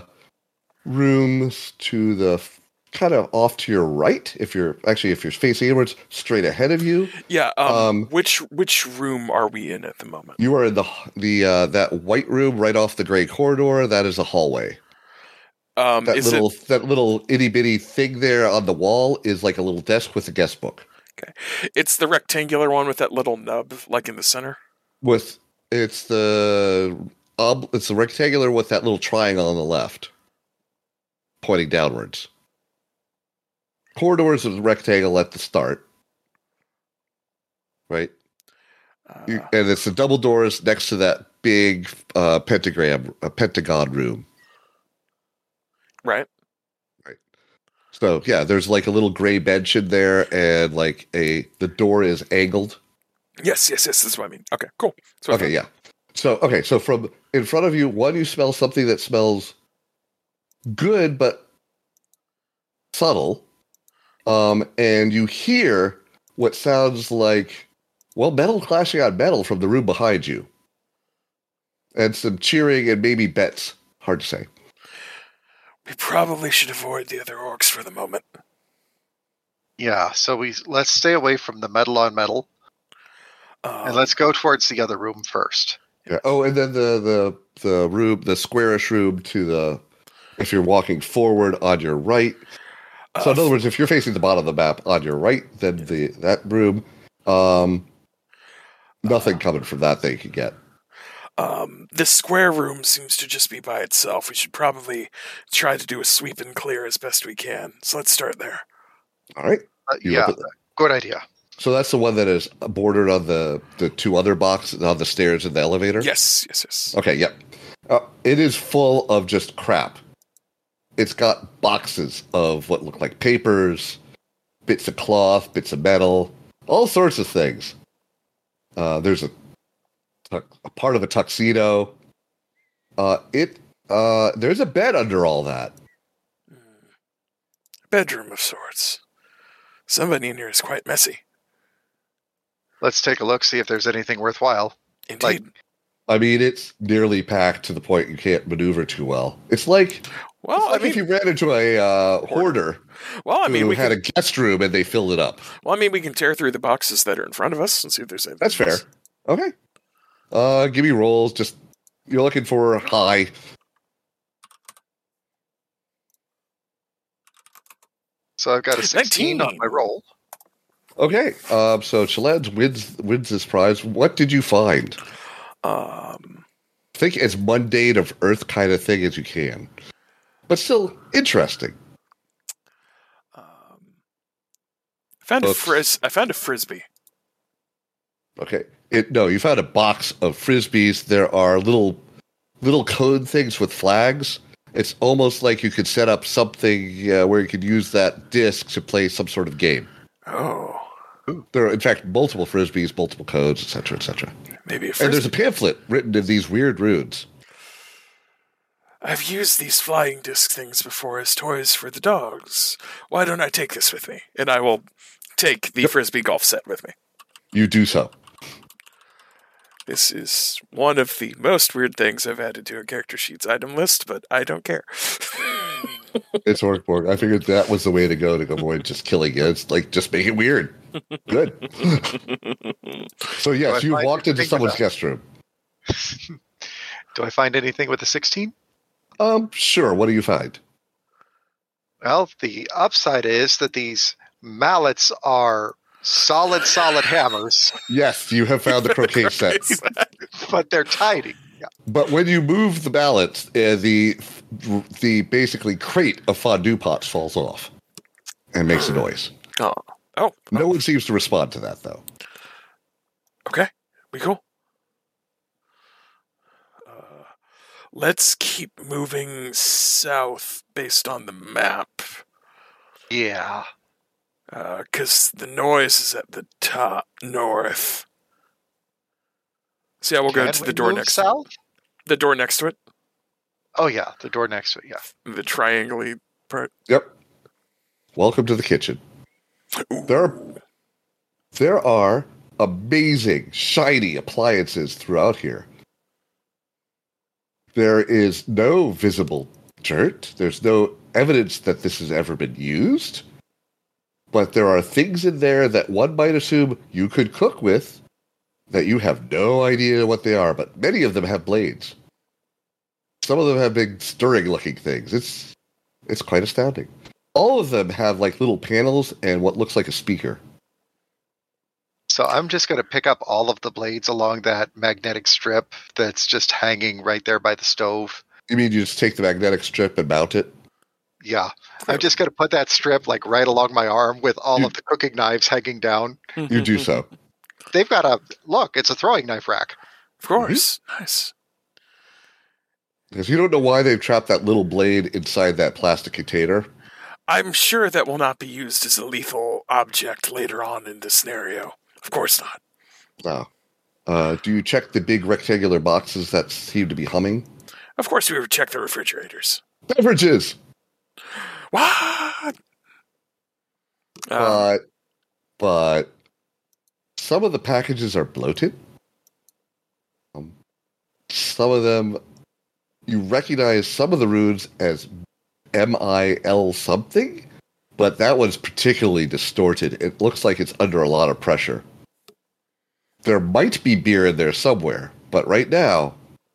rooms to the f- kind of off to your right. If you're actually if you're facing inwards, straight ahead of you,
yeah. Um,
um,
which which room are we in at the moment?
you are in the h- the uh, that white room right off the gray corridor. That is a hallway.
Um,
That
is
little
it
that little itty bitty thing there on the wall is like a little desk with a guest book
it's the rectangular one with that little nub like in the center.
with it's the ob- it's the rectangular with that little triangle on the left pointing downwards. Corridors is a rectangle at the start. Right?
Uh,
You- and it's the double doors next to that big uh, pentagram, uh, pentagon room.
right.
So yeah, there's like a little gray bench in there, and like a the door is angled.
Yes. Yes. Yes. That's what I mean. Okay. Cool. That's what I
Okay, yeah. So okay, so from in front of you, one you smell something that smells good but subtle, um, and you hear what sounds like well metal clashing on metal from the room behind you, and some cheering and maybe bets. Hard to say.
We probably should avoid the other orcs for the moment.
Yeah. So we let's stay away from the metal on metal
Uh,
and let's go towards the other room first.
Yeah. Oh, and then the the the room, the squarish room to the if you're walking forward on your right,
uh,
So in other words, if you're facing the bottom of the map on your right, then the that room, um, nothing coming from that thing you can get.
um, this square room seems to just be by itself. We should probably try to do a sweep and clear as best we can. So let's start there.
All right.
Uh,
You
yeah.
look at-
Good idea.
so that's the one that is bordered on the the two other boxes on the stairs in the elevator.
Yes. Yes. Yes.
Okay. Yep. Uh, it is full of just crap. It's got boxes of what look like papers, bits of cloth, bits of metal, all sorts of things. Uh, there's a, tu- a part of a tuxedo. Uh, it uh, there's a bed under all that.
Hmm. Bedroom of sorts. Somebody in here is quite messy.
Let's take a look, see if there's anything worthwhile.
Indeed.
Like-
I mean, it's nearly packed to the point you can't maneuver too well. It's like, it's
well, Oh, I
like
mean,
if you ran into a uh, hoarder
well, I mean,
who
we
had
can,
a guest room and they filled it up.
well, I mean, we can tear through the boxes that are in front of us and see if there's anything.
That's fair.
else.
Okay. Uh, give me rolls. Just you're looking for high.
So I've got a 16 on
19.
my roll.
Okay. Um, so Chalens wins wins this prize. What did you find?
Um,
Think as mundane of Earth kind of thing as you can, but still interesting.
um, I found a
Books.
fris. I found a frisbee.
Okay. It, no, you found a box of frisbees. There are little little code things with flags. It's almost like you could set up something uh, where you could use that disc to play some sort of game.
Oh,
There are, in fact, multiple frisbees, multiple codes, etc., etc.
maybe a
And
frisbee.
there's a pamphlet written in these weird runes.
I've used these flying disc things before as toys for the dogs. Why don't I take this with me? And I will take the frisbee golf set with me.
You do so.
This is one of the most weird things I've added to a character sheet's item list, but I don't care.
It's Orkborg. I figured that was the way to go to avoid just killing you. It's like just make it weird. Good. so
Do I
yes, you
find
walked
it
into
big
someone's
enough?
guest room.
Do I find anything with a 16?
Um, sure. What do you find?
Well, the upside is that these mallets are solid, solid hammers,
Yes, you have found the croquet set.
but they're tidy.
But when you move the balance, uh, the the basically crate of fondue pots falls off and makes a noise.
Oh, oh,
No one seems to respond to that though.
okay. We cool. Uh, let's keep moving south based on the map,
Yeah.
because Uh, the noise is at the top north. So yeah, we'll go
Can
to
we
the door
move
next.
South?
The door next to it,
Oh yeah, the door next to it. Yeah.
the triangle part.
Yep. Welcome to the kitchen.
Ooh.
There are there are amazing shiny appliances throughout here. There is no visible dirt. There's no evidence that this has ever been used. But there are things in there that one might assume you could cook with that you have no idea what they are, but many of them have blades. Some of them have big stirring looking things. It's it's quite astounding. All of them have like little panels and what looks like a speaker.
So I'm just going to pick up all of the blades along that magnetic strip that's just hanging right there by the stove.
You mean you just take the magnetic strip and mount it?
Yeah. I'm just going to put that strip like right along my arm with all
Hmm.
You-
of the cooking knives hanging down.
Mm-hmm.
You do so.
They've got a look, it's a throwing knife rack.
Of course.
Mm-hmm.
Nice.
Because you don't know why they've trapped that little blade inside that plastic container.
I'm sure that will not be used as a lethal object later on in this scenario. Of course not.
No. Uh, do you check the big rectangular boxes that seem to be humming?
Of course, we would check the refrigerators.
Beverages!
What? Um,
but, but some of the packages are bloated. Um, some of them, you recognize some of the runes as M I L something, but that one's particularly distorted. It looks like it's under a lot of pressure. There might be beer in there somewhere, but right now,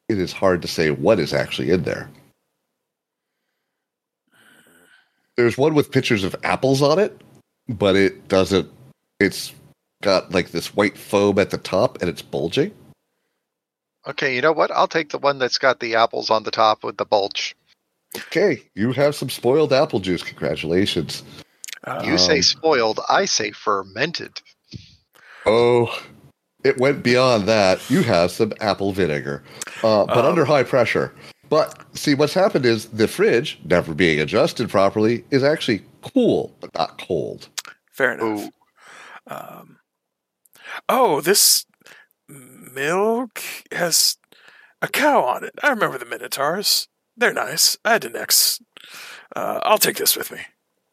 it is hard to say what is actually in there. There's one with pictures of apples on it, but it doesn't. It's got like this white foam at the top, and it's bulging.
Okay, you know what? I'll take the one that's got the apples on the top with the bulge.
Okay, you have some spoiled apple juice. Congratulations.
uh,
You say
Um,
spoiled, I say fermented.
Oh, it went beyond that. You have some apple vinegar, uh, but
Um,
under high pressure. But see, what's happened is the fridge, never being adjusted properly, is actually cool, but not cold.
fair enough.
Ooh,
Um, oh, this milk has a cow on it. I remember the Minotaurs. They're nice. I had an ex. Uh, I'll take this with me,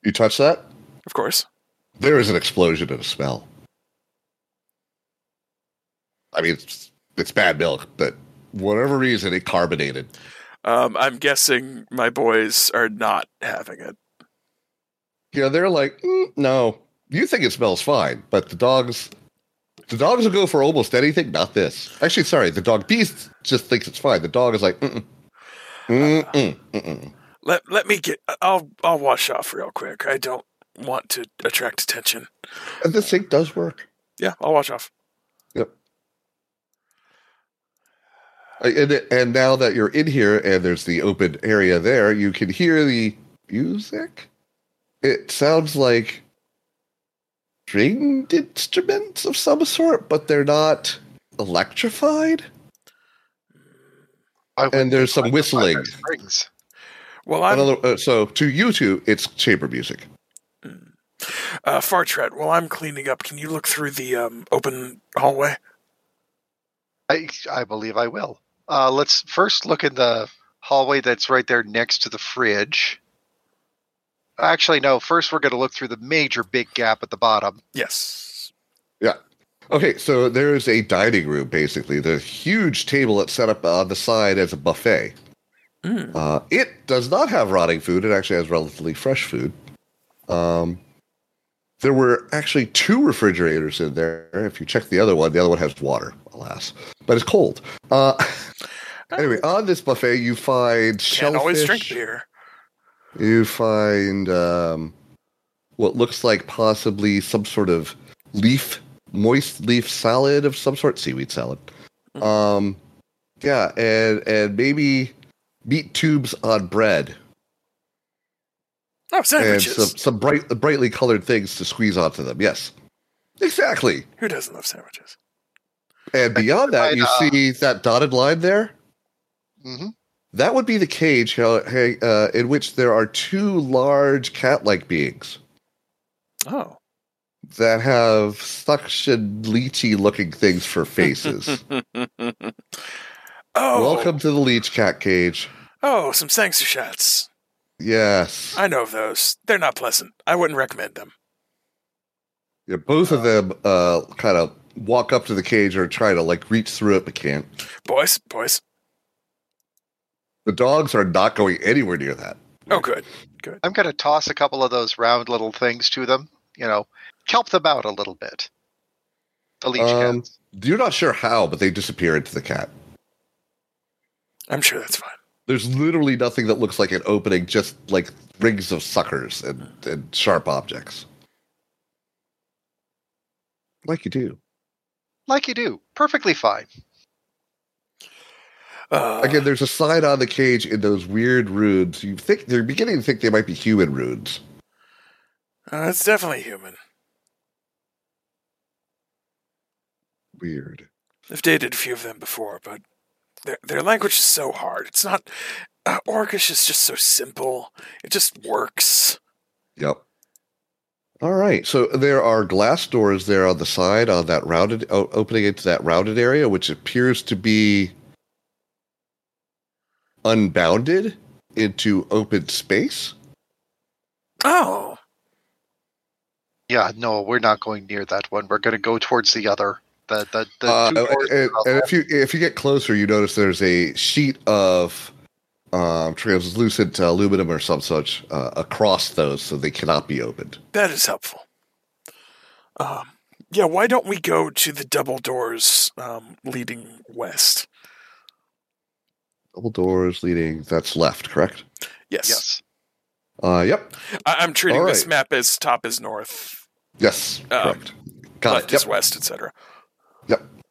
You touch that,
of course.
there is an explosion and a smell. I mean, it's, it's bad milk, but whatever reason, it carbonated.
Um, I'm guessing my boys are not having it.
you know, they're like, mm, no, you think it smells fine, but the dogs, the dogs will go for almost anything, not this. Actually, sorry, the dog beast just thinks it's fine. The dog is like, mm-mm, mm-mm, mm-mm.
Let let me get. I'll I'll wash off real quick. I don't want to attract attention.
and the sink does work.
Yeah, I'll wash off.
I- Uh, And and now that you're in here and there's the open area there, you can hear the music. It sounds like stringed instruments of some sort, but they're not electrified.
I
And there's some
wouldn't find
whistling.
those strings.
Well, I'm
Another, uh, so to you two, it's chamber music.
uh, Fartret. While I'm cleaning up, can you look through the um, open hallway?
I, I believe I will. Uh, let's first look in the hallway that's right there next to the fridge. Actually, no. First, we're going to look through the major big gap at the bottom.
Yes.
Okay, so there is a dining room basically. The huge table that's set up on the side as a buffet.
Mm.
Uh, it does not have rotting food. It actually has relatively fresh food. Um, there were actually two refrigerators in there. If you check the other one, the other one has water, alas, but it's cold. Uh, anyway, on this buffet, you find
Can't
shellfish.
always drink beer.
You find um, what looks like possibly some sort of leaf moist leaf salad of some sort, seaweed salad.
Mm-hmm.
Um, yeah, and and maybe meat tubes on bread
Oh,
and
sandwiches.
some some bright brightly colored things to squeeze onto them. Yes, exactly.
Who doesn't love sandwiches?
And beyond that, you
Right, uh,
see that dotted line there.
hmm
That would be the cage how, hey, uh, in which there are two large cat like beings
Oh.
that have suction leechy looking things for faces.
oh.
Welcome to the leech cat cage.
Oh, some sangster shots.
Yes.
I know of those. They're not pleasant. I wouldn't recommend them.
Yeah, both of them uh, kind of walk up to the cage or try to like reach through it but can't.
Boys, boys.
The dogs are not going anywhere near that.
Oh, good.
I'm going to toss a couple of those round little things to them. You know, help them out a little bit. The leech
Um,
cats.
You're not sure how, but they disappear into the cat.
I'm sure that's fine.
There's literally nothing that looks like an opening, just like rings of suckers and, and sharp objects. Like you do.
like you do, perfectly fine.
Uh,
Again, there's a sign on the cage in those weird runes. You think they're beginning to think they might be human runes.
uh, it's definitely human.
Weird.
I've dated a few of them before, but their their language is so hard. It's not. Uh, Orcish is just so simple. It just works.
Yep. All right. So there are glass doors there on the side on that rounded o- opening into that rounded area, which appears to be unbounded into open space.
Oh,
Yeah, no, we're not going near that one. We're going to go towards the other. The the the
Uh,
two
and,
doors
and-
are up.
and if you if you get closer, you notice there's a sheet of um, translucent aluminum or some such uh, across those, so they cannot be opened.
that is helpful. Um, yeah, why don't we go to the double doors um, leading west?
Double doors leading that's left, correct?
Yes.
yes.
Uh, yep.
I- I'm treating
All
this
right.
map as top is north,
Yes,
Um,
correct. Got
left
it. Yep.
is west, etc.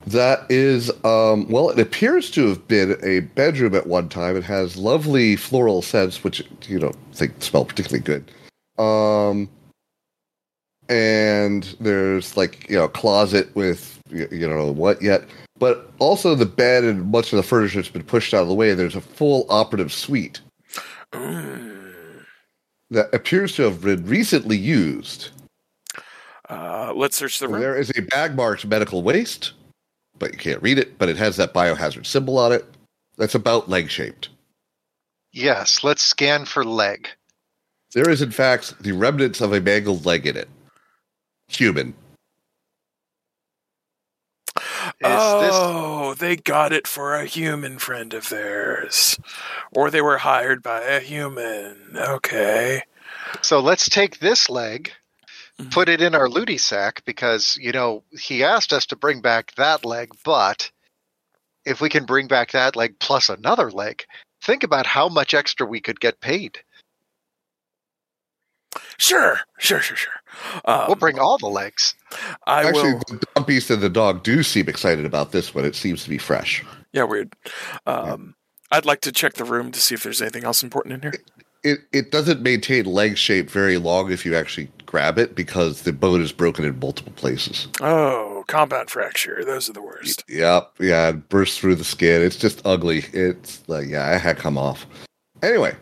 That is, um, well, it appears to have been a bedroom at one time. It has lovely floral scents, which you don't think smell particularly good. Um, and there's like you know a closet with y- you don't know what yet, but also the bed and much of the furniture has been pushed out of the way. There's a full operative suite
Mm.
that appears to have been recently used.
Uh, let's search the room.
There is a bag marked medical waste, but you can't read it. But it has that biohazard symbol on it. That's about leg shaped.
Yes, let's scan for leg.
There is, in fact, the remnants of a mangled leg in it. Human.
Is
oh, they got it for a human friend of theirs, or they were hired by a human. Okay.
this so let's take this leg,
Mhm.
put it in our looty sack because, you know, he asked us to bring back that leg, but if we can bring back that leg plus another leg, think about how much extra we could get paid.
Sure, sure, sure, sure. Um,
We'll bring all the legs.
I
Actually,
will.
the dog beast and the dog do seem excited about this one. It seems to be fresh.
Yeah, weird. Um, I'd like to check the room to see if there's anything else important in here.
It it doesn't maintain leg shape very long if you actually grab it because the bone is broken in multiple places.
Oh, compound fracture. Those are the worst.
Yep, yeah, it bursts through the skin. It's just ugly. It's like yeah, I had come off. Anyway,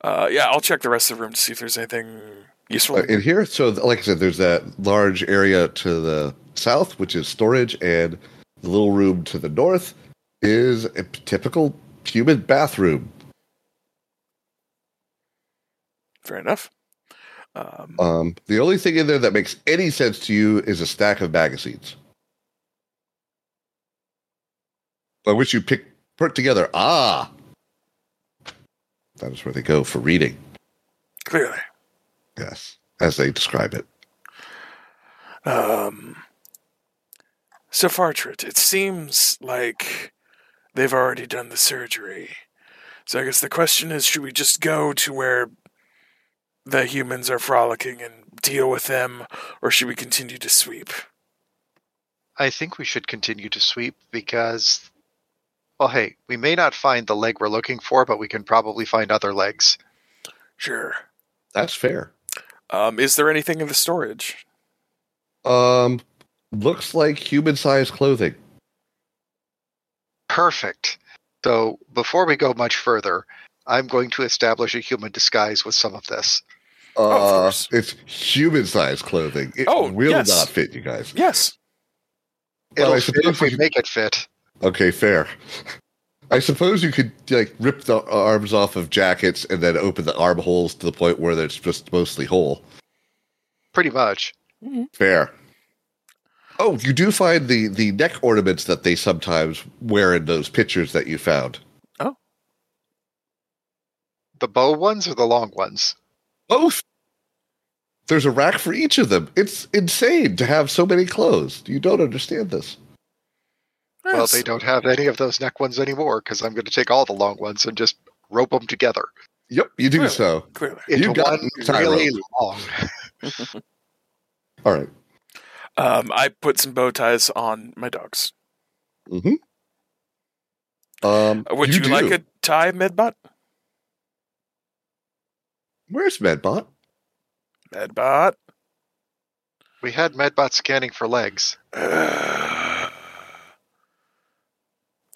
Uh, yeah, I'll check the rest of the room to see if there's anything useful.
uh, in here, so th- like I said, there's that large area to the south, which is storage, and the little room to the north is a p- typical human bathroom.
Fair enough. Um,
Um, the only thing in there that makes any sense to you is a stack of magazines, by which you pick put together. Ah, that is where they go for reading.
clearly.
Yes, as they describe it.
Um, so Fartrit, it seems like they've already done the surgery. So I guess the question is, should we just go to where the humans are frolicking and deal with them, or should we continue to sweep?
I think we should continue to sweep because, well, hey, we may not find the leg we're looking for, but we can probably find other legs.
Sure.
That's fair.
Um, is there anything in the storage?
Um, looks like human-sized clothing.
Perfect. So before we go much further, I'm going to establish a human disguise with some of this.
Uh,
of course.
it's human-sized clothing. It
Oh,
will
yes.
not fit you guys.
Yes.
It'll
Well, I
fit
suppose
if we
we-
make it fit.
Okay, fair. I suppose you could like rip the arms off of jackets and then open the armholes to the point where it's just mostly whole.
Pretty much.
Fair. Oh, you do find the the neck ornaments that they sometimes wear in those pictures that you found.
The bow ones or the long ones?
Both. There's a rack for each of them. It's insane to have so many clothes. You don't understand this.
Well,
Yes.
they don't have any of those neck ones anymore because I'm going to take all the long ones and just rope them together
Yep, you do
Really?
so.
Clearly.
You
into
got
one
an entire
really long.
All right.
Um, I put some bow ties on my dogs.
Mm-hmm. Um,
Uh, Would you,
do.
like a tie, Medbot?
Where's Medbot?
Medbot.
We had Medbot scanning for legs.
Uh,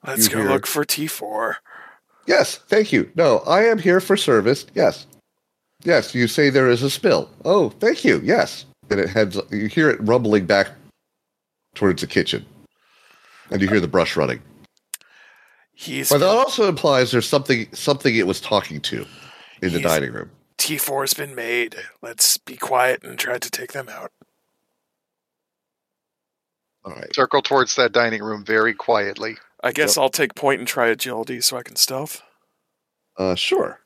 let's
You
go
hear-
look for T4.
Yes, thank you. No, I am here for service. Yes. Yes, you say there is a spill. Oh, thank you. Yes. And it heads you hear it rumbling back towards the kitchen. And you hear the brush running.
He's
But that also implies there's something something it was talking to in the
He's-
dining room.
T4 has been made. Let's be quiet and try to take them out.
All right.
Circle towards that dining room very quietly.
I guess I'll take point and try agility so I can stealth.
Uh sure.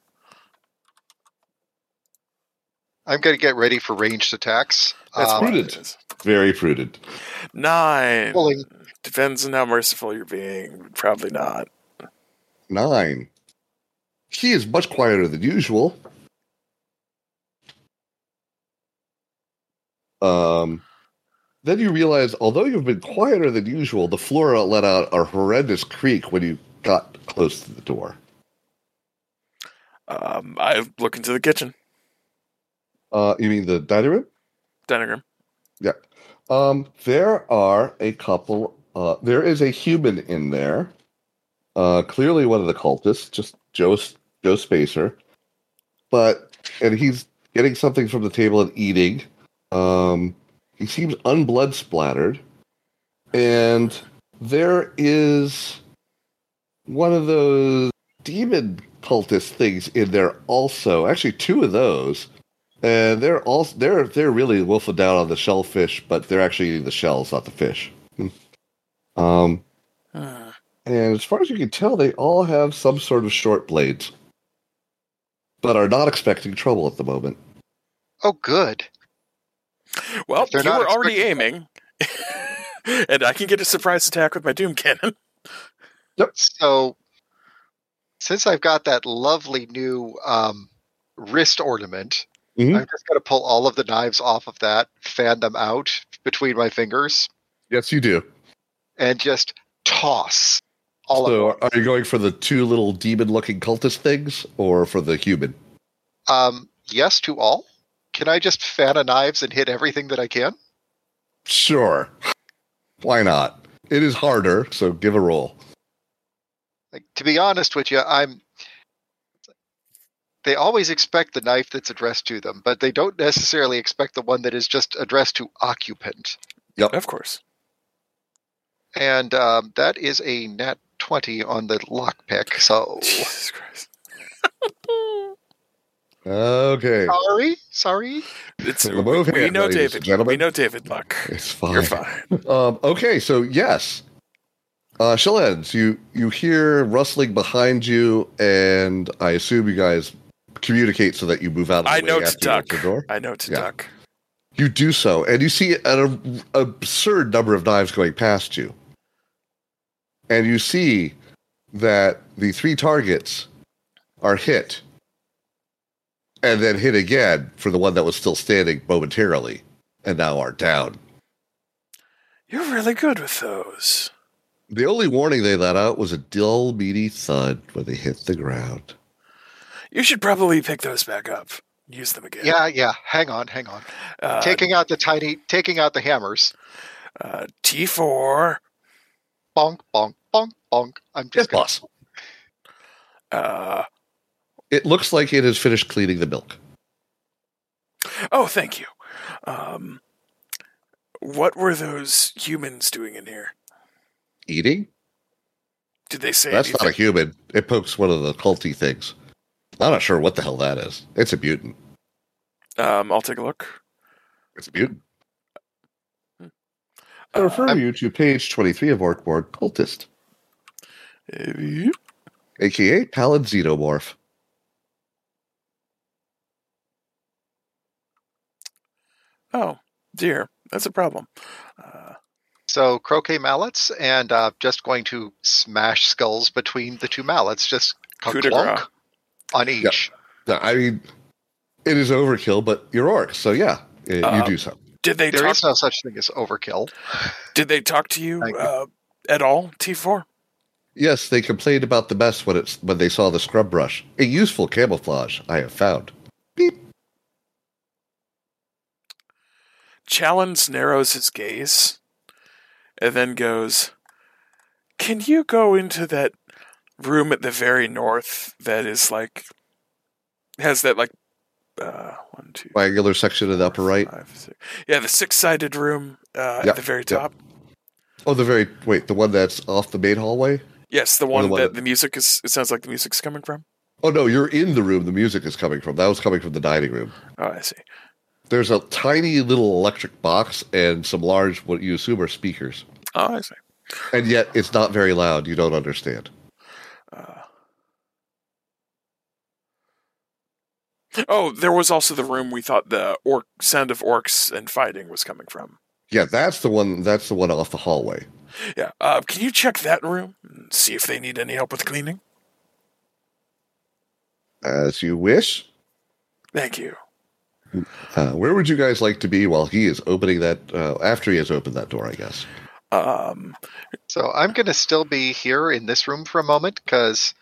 I'm going to get ready for ranged attacks.
That's
Ah,
Um,
what it
prudent.
is.
Very prudent.
Nine.
pulling-
Depends on how merciful you're being. Probably not.
Nine. She is much quieter than usual. Um, then you realize, although you've been quieter than usual, the flora let out a horrendous creak when you got close to the door.
Um, I look into the kitchen,
Uh, you mean the dining room?
dining room.
Yeah. Um, there are a couple. Uh, there is a human in there. Uh, clearly one of the cultists, just Joe Joe Spacer. But and he's getting something from the table and eating. Um, he seems unblood splattered, and there is one of those demon cultist things in there also. Actually, two of those. And they're all they're they're really wolfing down on the shellfish, but they're actually eating the shells, not the fish. Hmm. um,
Hmm.
and as far as you can tell, they all have some sort of short blades, but are not expecting trouble at the moment.
Oh, good.
Well,
If
you
they're not
were already
expecting-
aiming, and I can get a surprise attack with my doom cannon.
So, since I've got that lovely new um, wrist ornament,
Mhm.
I'm just going to pull all of the knives off of that, fan them out between my fingers,
Yes, you do.
and just toss all of
so,
them.
are you going for the two little demon-looking cultist things, or for the human?
Um, yes to all. Can I just fan a knives and hit everything that I can?
Sure, why not? It is harder, so give a roll.
Like, to be honest with you, I'm. They always expect the knife that's addressed to them, but they don't necessarily expect the one that is just addressed to occupant.
Of course.
And um, that is a nat 20 on the lockpick, so.
Jesus Christ.
Okay,
Sorry, sorry.
It's,
The move
we
hand,
know
ladies and
David.
gentlemen.
We know David Luck.
it's fine.
You're fine.
Um, okay, so yes, uh, Shellens, you you hear rustling behind you, and I assume you guys communicate so that you move out. Of the
I
way
know to
after you
duck.
open The door.
I know to
Yeah.
duck.
You do so, and you see an a, absurd number of knives going past you, and you see that the three targets are hit, and then hit again for the one that was still standing momentarily, and now are down.
You're really good with those.
The only warning they let out was a dull, meaty thud when they hit the ground.
You should probably pick those back up. Use them again.
Yeah, yeah. Hang on, hang on.
Uh,
taking out the tiny, taking out the hammers.
uh, T4,
Bonk, bonk, bonk, bonk. I'm
It's
just gonna,
possible.
uh,
It looks like it has finished cleaning the milk.
Oh, thank you. Um, what were those humans doing in here?
Eating?
Did they say
That's not a
anything?
human. It pokes one of the culty things. I'm not sure what the hell that is. It's a mutant.
um, I'll take a look.
It's a mutant. I
Uh,
refer you to page 23 of Artboard Cultist,
uh,
aka Palad Xenomorph.
oh dear, that's a problem. Uh,
So croquet mallets, and uh, just going to smash skulls between the two mallets. Just
Coup de grace.
clunk on each.
Now, I mean, it is overkill, but you're orcs, so yeah, eh, you
Uh,
do so.
did they
There is
talk?
no such thing as overkill.
did they talk to you
Thank you.
uh, at all, T four?
Yes, they complained about the mess when it's when they saw the scrub brush. A useful camouflage, I have found. Beep.
Challenge narrows his gaze, and then goes, "Can you go into that room at the very north that is like has that like uh, one two
Triangular section in the upper right.
Five, six- Yeah, the six-sided room uh,
Yeah,
at the very
yeah.
top.
Oh, the very wait, the one that's off the main hallway.
Yes, the one,
the one
that
that-
the music is. It sounds like the music's coming from.
Oh no, you're in the room. The music is coming from. That was coming from the dining room.
Oh, I see.
There's a tiny little electric box and some large, what you assume are speakers,
Oh, I see.
and yet it's not very loud. You don't understand.
Uh, oh, there was also the room we thought the orc sound of orcs and fighting was coming from.
Yeah, that's the one. That's the one off the hallway.
Yeah. Uh, can you check that room and see if they need any help with cleaning?
As you wish.
Thank you.
Uh, where would you guys like to be while he is opening that? Uh, after he has opened that door, I guess.
Um,
So I'm going to still be here in this room for a moment because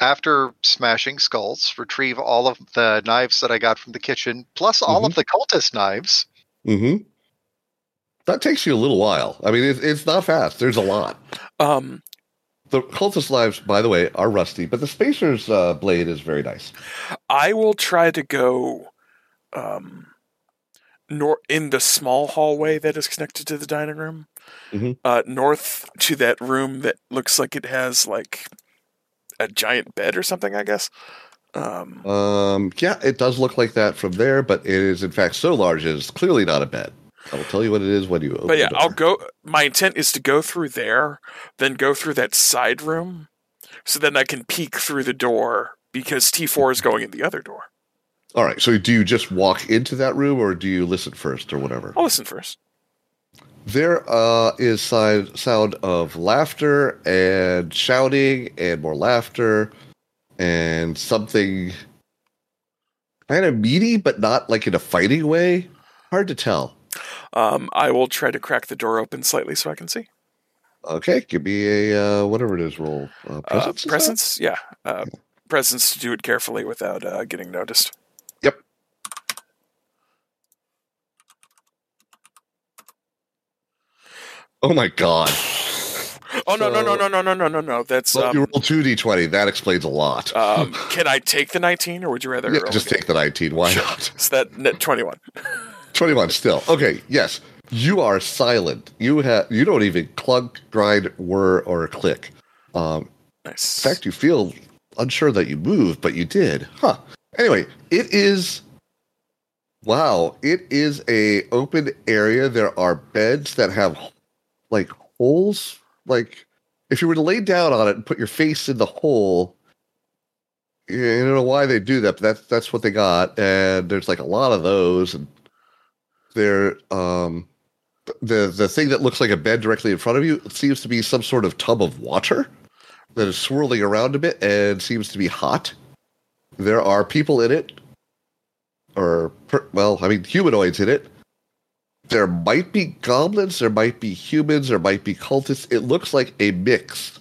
after smashing skulls, retrieve all of the knives that I got from the kitchen, plus all of the cultist knives.
Mm-hmm. That takes you a little while. I mean, it's it's not fast. There's a lot.
um,
The cultist knives, by the way, are rusty, but the spacer's uh, blade is very nice.
I will try to go um, nor- in the small hallway that is connected to the dining room,
Mhm.
uh, north to that room that looks like it has like a giant bed or something. I guess. Um,
Um, yeah, it does look like that from there, but it is in fact so large it is clearly not a bed. I will tell you what it is when you open.
but yeah,
the door.
I'll go. My intent is to go through there, then go through that side room, so then I can peek through the door because T four is going in the other door.
All right. So, do you just walk into that room, or do you listen first, or whatever?
I'll listen first.
There uh, is sound, sound of laughter and shouting and more laughter and something kind of meaty, but not like in a fighting way. Hard to tell.
Um, I will try to crack the door open slightly so I can see.
Okay, give me a uh, whatever it is roll. Uh,
Uh,
presence. is that?
presence, yeah. Uh, presence to do it carefully without uh, getting noticed.
Yep. Oh my god!
Oh no no no
So-
no no no no no no. That's
Well, you
um,
roll two d twenty. That explains a lot.
um, can I take the nineteen or would you rather?
Yeah,
roll
just
again?
take the nineteen. Why not?
Is that net twenty one?
21 still. Okay, yes. You are silent. You have you don't even clunk, grind, whir, or click. Um,
Nice.
in fact, you feel unsure that you moved, but you did. Huh. Anyway, it is wow, it is a open area. There are beds that have like holes. Like if you were to lay down on it and put your face in the hole, I don't know why they do that, but that's that's what they got. And there's like a lot of those and they're um the the thing that looks like a bed directly in front of you seems to be some sort of tub of water that is swirling around a bit and seems to be hot. There are people in it. or per, well, I mean humanoids in it. There might be goblins, there might be humans, there might be cultists. It looks like a mix.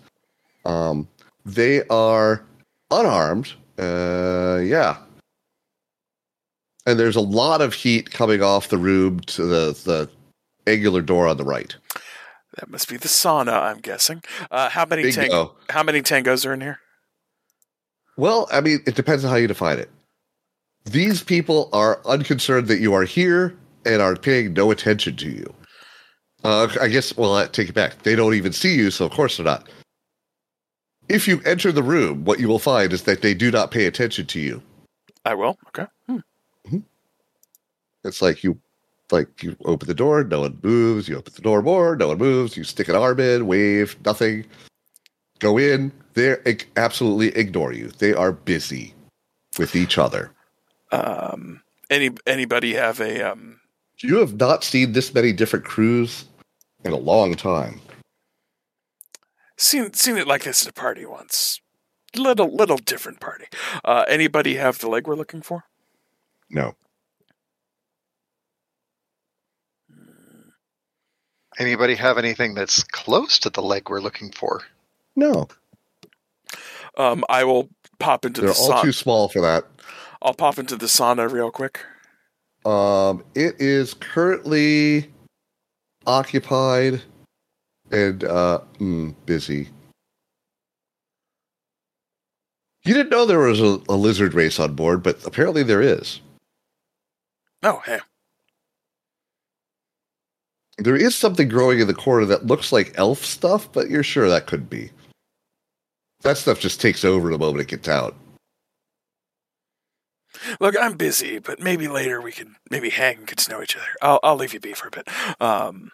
Um, they are unarmed. Uh, yeah. And there's a lot of heat coming off the room to the, the angular door on the right.
That must be the sauna, I'm guessing. Uh, how many
Bingo.
tang- how many tangos are in here?
Well, I mean, it depends on how you define it. These people are unconcerned that you are here and are paying no attention to you. Uh, I guess, well, I take it back. They don't even see you, so of course they're not. If you enter the room, what you will find is that they do not pay attention to you.
I will. Okay.
It's like you, like you open the door, no one moves. You open the door more, no one moves. You stick an arm in, wave, nothing. Go in. They ig- absolutely ignore you. They are busy with each other.
Um, any anybody have a um,
You have not seen this many different crews in a long time.
seen seen it like this at a party once? Little little different party. Uh, anybody have the leg we're looking for?
No.
Anybody have anything that's close to the leg we're looking for?
No.
Um, I will pop into
They're
the
all
sauna.
too small for that.
I'll pop into the sauna real quick.
Um, it is currently occupied and uh, mm, busy. You didn't know there was a, a lizard race on board, but apparently there is.
Oh hey,
There is something growing in the corner that looks like elf stuff, but you're sure that could be. That stuff just takes over the moment it gets out.
look, I'm busy, but maybe later we can maybe hang and get to know each other. I'll I'll leave you be for a bit. Um,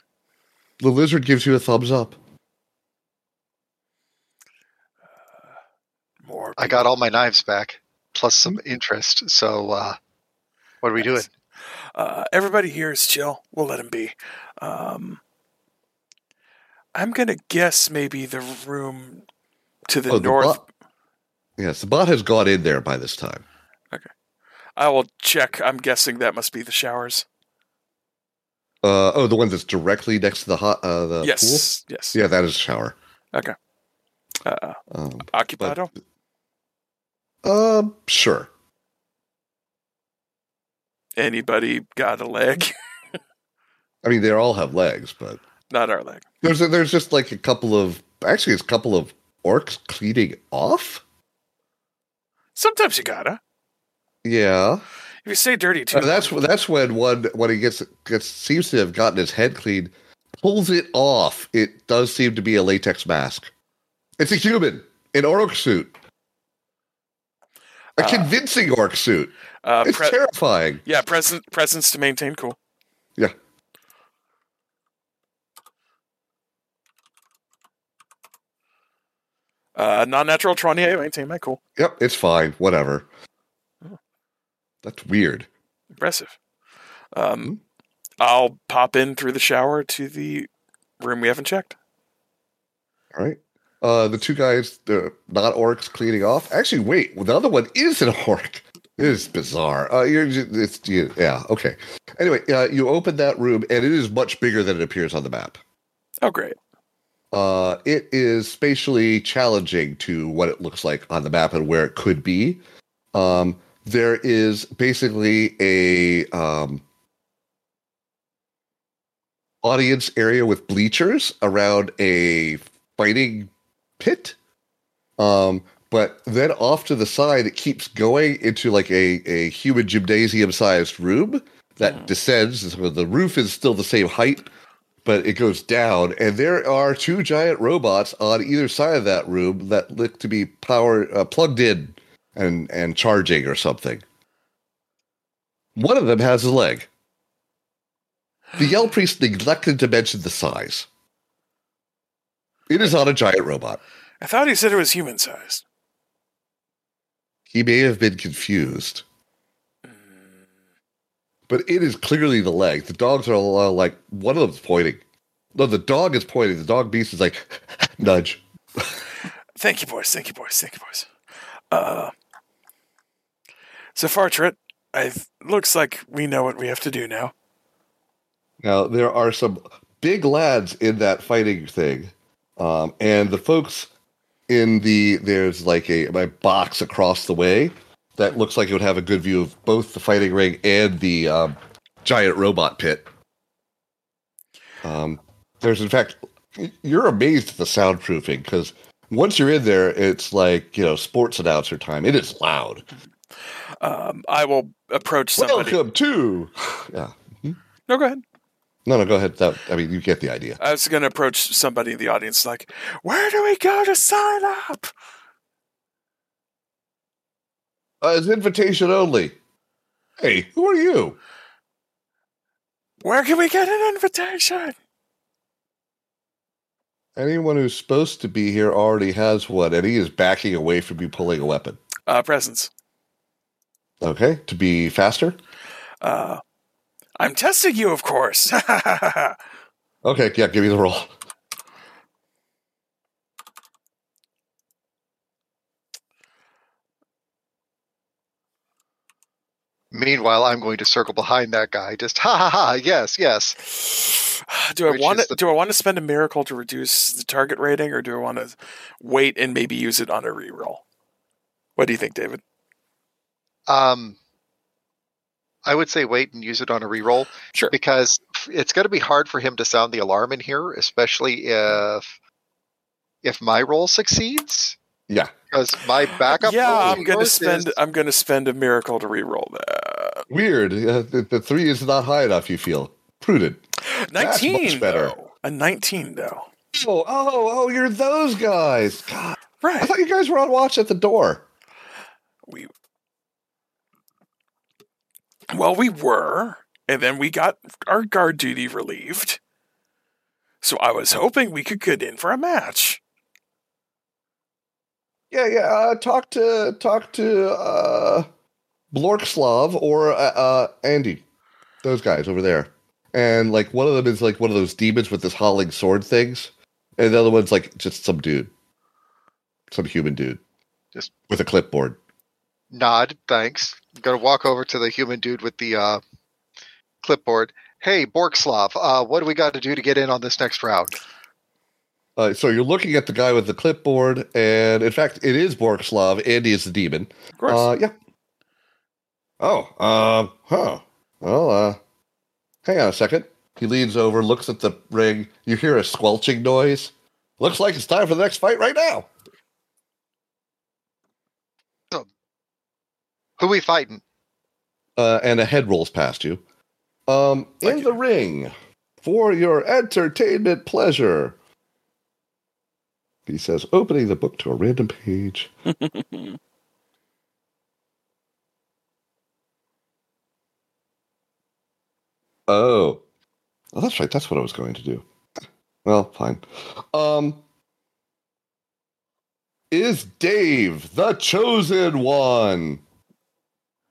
The lizard gives you a thumbs up.
more.
I got all my knives back, plus some interest. So, uh, what are we doing?
Nice. Uh, everybody here is chill. We'll let him be. Um, I'm gonna guess maybe the room to the
Oh, the
north.
bot- Yes, the bot has gone in there by this time.
I will check. I'm guessing that must be the showers.
Uh, oh, the one that's directly next to the hot uh, the
yes, yes.
pool. Yeah, that is a shower.
Uh,
Um,
occupado.
um, sure.
Anybody got a leg?
I mean, they all have legs, but
Not our leg.
there's there's just like a couple of actually, it's a couple of orcs cleaning off.
Sometimes you gotta.
Yeah,
If you stay dirty too.
Uh, that's that's when one when he gets gets seems to have gotten his head clean, pulls it off. It does seem to be a latex mask. It's a human, an orc suit, a
Uh,
convincing orc suit.
uh,
It's
pre-
terrifying.
yeah, presence presence to maintain. Cool.
Yeah.
Uh, non-natural 28, maintain my cool.
Yep, it's fine. Whatever. That's weird.
Impressive. Um, I'll pop in through the shower to the room we haven't checked.
All right. Uh, the two guys, the not orcs, cleaning off. Actually, wait. Well, the other one is an orc. It is bizarre. Uh, you're just, it's you, yeah okay. Anyway, uh, you open that room and it is much bigger than it appears on the map.
Oh, great.
Uh, it is spatially challenging to what it looks like on the map and where it could be. Um, there is basically a um, audience area with bleachers around a fighting pit. Um, but then off to the side, it keeps going into like a, a human gymnasium sized room that descends. So the roof is still the same height, but it goes down, and there are two giant robots on either side of that room that look to be power uh, plugged in and and charging or something. One of them has a leg. The Yell Priest neglected to mention the size. It is on a giant robot.
I thought he said it was human sized.
He may have been confused, but it is clearly the leg. The dogs are all like one of them's pointing. No, the dog is pointing. The dog beast is like nudge.
Thank you, boys. Thank you, boys. Thank you, boys. Uh, so, Fartrit, I looks like we know what we have to do now.
Now there are some big lads in that fighting thing, um, and the folks in the there's like a, a box across the way that looks like it would have a good view of both the fighting ring and the um, giant robot pit. Um, there's in fact, you're amazed at the soundproofing because once you're in there, it's like you know sports announcer time. It is loud.
Um, I will approach somebody.
Welcome to. Yeah.
No, go ahead.
No, no, go ahead. That, I mean, you get the idea.
I was going to approach somebody in the audience like, "Where do we go to sign up?"
Uh, it's invitation only. Hey, who are you?
Where can we get an invitation?
Anyone who's supposed to be here already has one, and he is backing away from you pulling a weapon.
Uh, presence.
Okay, to be faster.
Uh, I'm testing you, of course.
Okay, yeah, give me the roll.
Meanwhile, I'm going to circle behind that guy. Just ha ha ha. Yes, yes.
do I
Which
want
is
to?
the-
Do I want to spend a miracle to reduce the target rating, or do I want to wait and maybe use it on a reroll? What do you think, David?
Um, I would say wait and use it on a reroll
Sure.
because it's going to be hard for him to sound the alarm in here, especially if if my roll succeeds.
Yeah.
Because my backup. roll,
yeah,
of
I'm going to
course,
spend.
is-
I'm going to spend a miracle to reroll that.
Weird. Uh, the, the three is not high enough. You feel prudent. That's much
Nineteen.
better.
Though. A nineteen, though.
Oh, oh, oh! You're those guys. God, I
Right.
thought you guys were on watch at the door.
We. Well, we were, and then we got our guard duty relieved. So I was hoping we could get in for a match.
Yeah, yeah. Uh, talk to talk to uh, Blorkslav or uh, uh, Andy. Those guys over there. And like one of them is like one of those demons with this howling sword things, and the other one's like just some dude, some human dude,
Just-
with a clipboard.
nod. Thanks. I'm going to walk over to the human dude with the uh, clipboard. Hey, Borkslav, uh, what do we got to do to get in on this next round?
Uh, so you're looking at the guy with the clipboard, and in fact, it is Borkslav. Andy is the demon.
Of course.
Uh, yeah. Oh, um, huh. Well, uh, hang on a second. He leans over, looks at the ring. You hear a squelching noise. Looks like it's time for the next fight right now.
Who we fighting?
Uh, and a head rolls past you. Um, in
Like-
the ring for your entertainment pleasure. He says, opening the book to a random page. Oh. Oh, that's right. That's what I was going to do. Well, fine. Um is Dave the chosen one?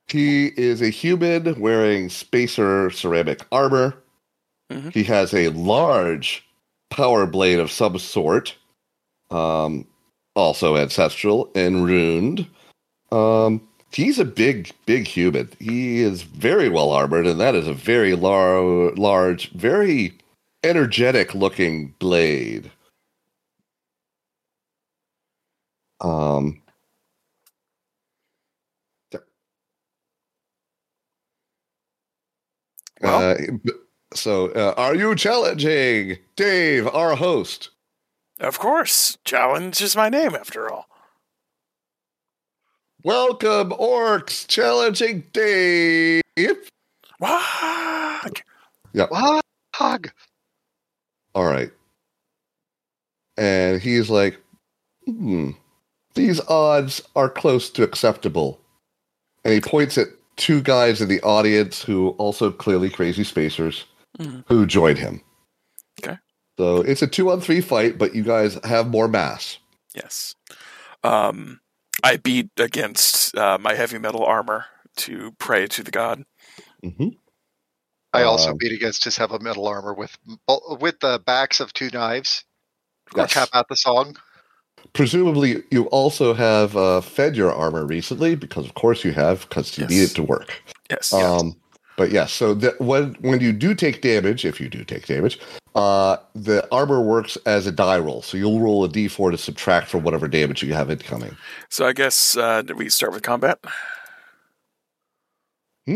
He is a human wearing spacer ceramic armor.
Mhm.
He has a large power blade of some sort. Um also ancestral and ruined. Um he's a big, big human. He is very well armored, and that is a very lar- large, very energetic looking blade. Um, th-
Well-
Uh, b- so, uh, are you challenging Dave, our host?
Of course. Challenge is my name, after all.
Welcome, orcs, challenging Dave.
Wag!
What? Hug.
All right. And he's like, hmm, these odds are close to acceptable. And he points at two guys in the audience who also clearly crazy spacers
Mhm.
who join him.
Okay.
So it's a two on three fight, but you guys have more mass.
Yes. Um, I beat against uh, my heavy metal armor to pray to the god.
Mm-hmm.
I also
Um,
beat against his heavy metal armor with with the backs of two knives.
Yes.
Cap out the song.
Presumably, you also have uh, fed your armor recently because, of course, you have because you need
Yes.
it to work.
Yes.
Um, but yeah, so the, when when you do take damage, if you do take damage, uh, the armor works as a die roll. So you'll roll a d4 to subtract from whatever damage you have incoming.
So I guess uh, did we start with combat?
Hmm?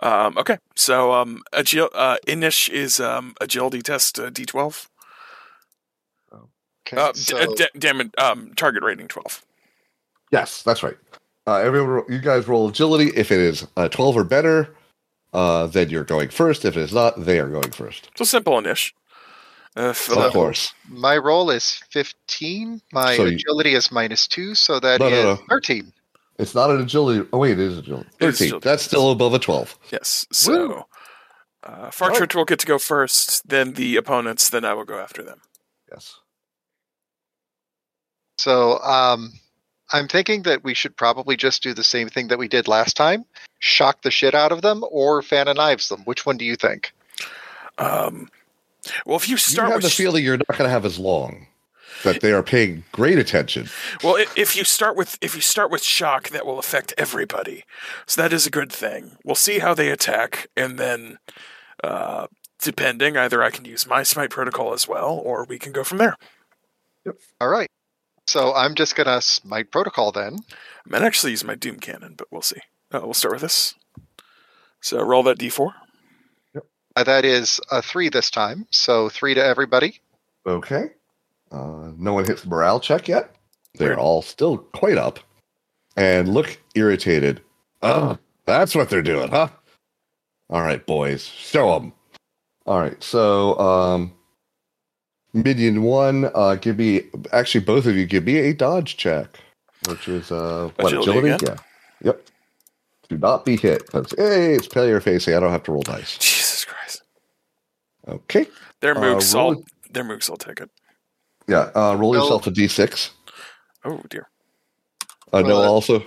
Um, okay. So um, agil- uh, Inish is um, agility test uh, D12.
Okay,
Uh, d-
so,
uh, da- damn it. Um, target rating 12.
Yes, that's right. Uh, everyone, ro- you guys roll agility. If it is uh, 12 or better, uh, then you're going first. If it is not, they are going first.
So simple, Inish. Uh, fill
Of
up-
course.
my roll is 15. My
So you-
agility is minus 2, so that
No,
is
no, no.
13.
It's not an agility. Oh, wait, it is agility.
It is
13.
agility.
That's still above a 12.
Yes. So uh, Fartchurch will get to go first, then the opponents, then I will go after them.
Yes.
So um, I'm thinking that we should probably just do the same thing that we did last time shock the shit out of them or fan and knives them. Which one do you think?
Um, well, if you
You
start
have
with
the
sh-
feeling you're not going to have as long, that they are paying great attention.
Well, i- if you start with if you start with shock, that will affect everybody. So that is a good thing. We'll see how they attack, and then, uh, depending, either I can use my smite protocol as well, or we can go from there.
All right. So I'm just going to smite protocol then.
I might actually use my doom cannon, but we'll see. Uh, we'll start with this. So roll that d4.
Uh, that is a 3 this time. So 3 to everybody.
Okay. Uh, no one hits the morale check yet. They're
Weird.
all still quite up and look irritated. Oh, that's what they're doing, huh? All right, boys, show them. All right, so um, minion one, uh, give me actually both of you give me a dodge check, which is uh, what
Agility
agility?
again?
Yeah, yep. Do not be hit because hey, it's failure facing. I don't have to roll dice.
Jesus Christ!
Okay,
Their
Uh,
moogs
roll
all
it.
their moogs all take it.
yeah. Uh, roll
No.
yourself a d6.
Oh dear.
Uh, no,
Well,
also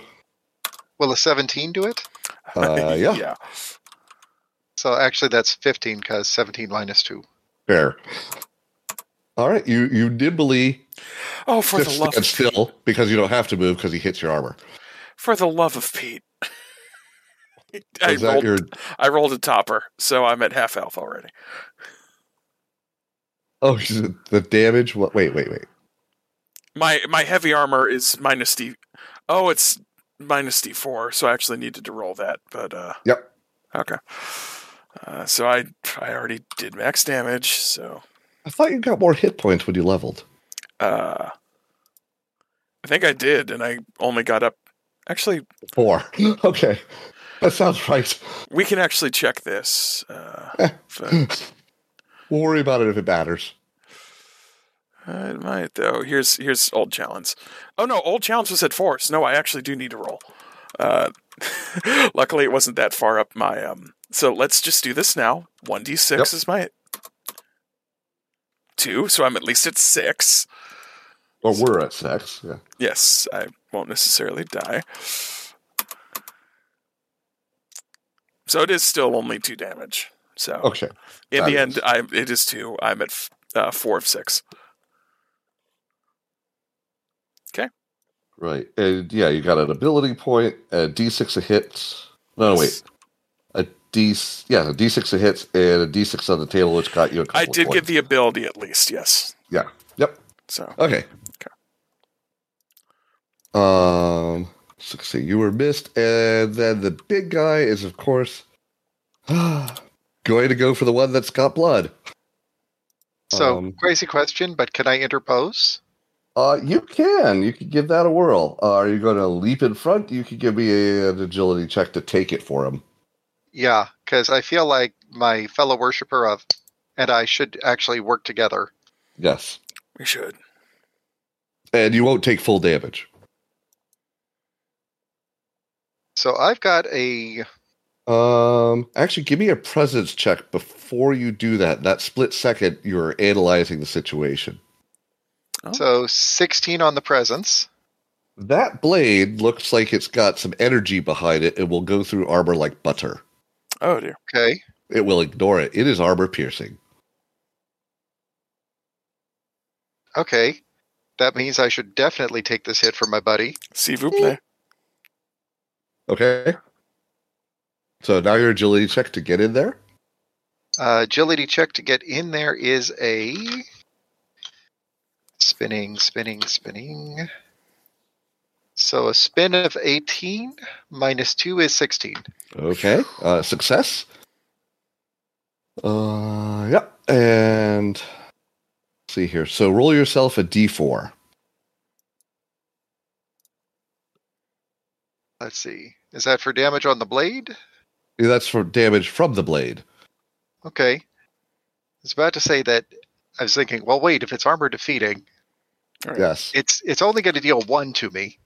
Will a 17 do it?
Uh, yeah.
yeah.
So actually, that's 15 because 17 minus 2.
Fair. All right, you you nimbly
Oh, for the
just
love
stand
of
still because you don't have to move because he hits your armor.
For the love of Pete. I
Is that
rolled,
your?
I rolled a topper, so I'm at half health already.
Oh, is it the damage. What? Wait, wait, wait.
My my heavy armor is minus D. Oh, it's minus D4, so I actually needed to roll that. But uh,
Yep.
okay. Uh, so I I already did max damage. So
I thought you got more hit points when you leveled.
uh, I think I did, and I only got up. Actually,
Four. okay, that sounds right.
we can actually check this. Uh, but-
We'll worry about it if it matters.
I might though. Oh, Here's here's old challenge. Oh no, old challenge was at force. No, I actually do need to roll. Uh, luckily, it wasn't that far up my um. So let's just do this now. One d six is my two, so I'm at least at six.
Well, we're at six. Yeah.
Yes, I won't necessarily die. So it is still only two damage. So
Okay.
in
that
the end,
is-
I it is two. I'm at f- uh, four of six.
Right. And yeah, you got an ability point, a d6 of hits. No, wait. A d yeah, a d6 of hits and a d6 on the table, which got you a couple
I
of
did get
points.
the ability at least. Yes.
Yeah. Yep.
So
Okay. Um, so, so you were missed, and then the big guy is, of course, going to go for the one that's got blood.
So
Um,
crazy question, but can I interpose?
Uh, you can. You can give that a whirl. Uh, are you going to leap in front? You can give me a- an agility check to take it for him.
Yeah, because I feel like my fellow worshiper of and I should actually work together.
Yes.
we should.
And you won't take full damage.
So I've got a
Um, actually, give me a presence check before you do that. That split second, you're analyzing the situation.
so 16 on the presence.
That blade looks like it's got some energy behind it and will go through armor like butter.
Oh dear.
Okay.
It will ignore it. It is armor piercing.
Okay. That means I should definitely take this hit from my buddy.
See vous play.
Okay. So now your agility check to get in there.
Uh, agility check to get in there is a spinning, spinning, spinning. So a spin of 18 minus 2 is 16.
Okay. Uh, success. Uh, yep. And let's see here. So roll yourself a d4.
Let's see. Is that for damage on the blade?
Yeah, That's for damage from the blade.
Okay. I was about to say that I was thinking, well, wait, if it's armor defeating,
Right.
Yes.
it's it's only going to deal 1 to me.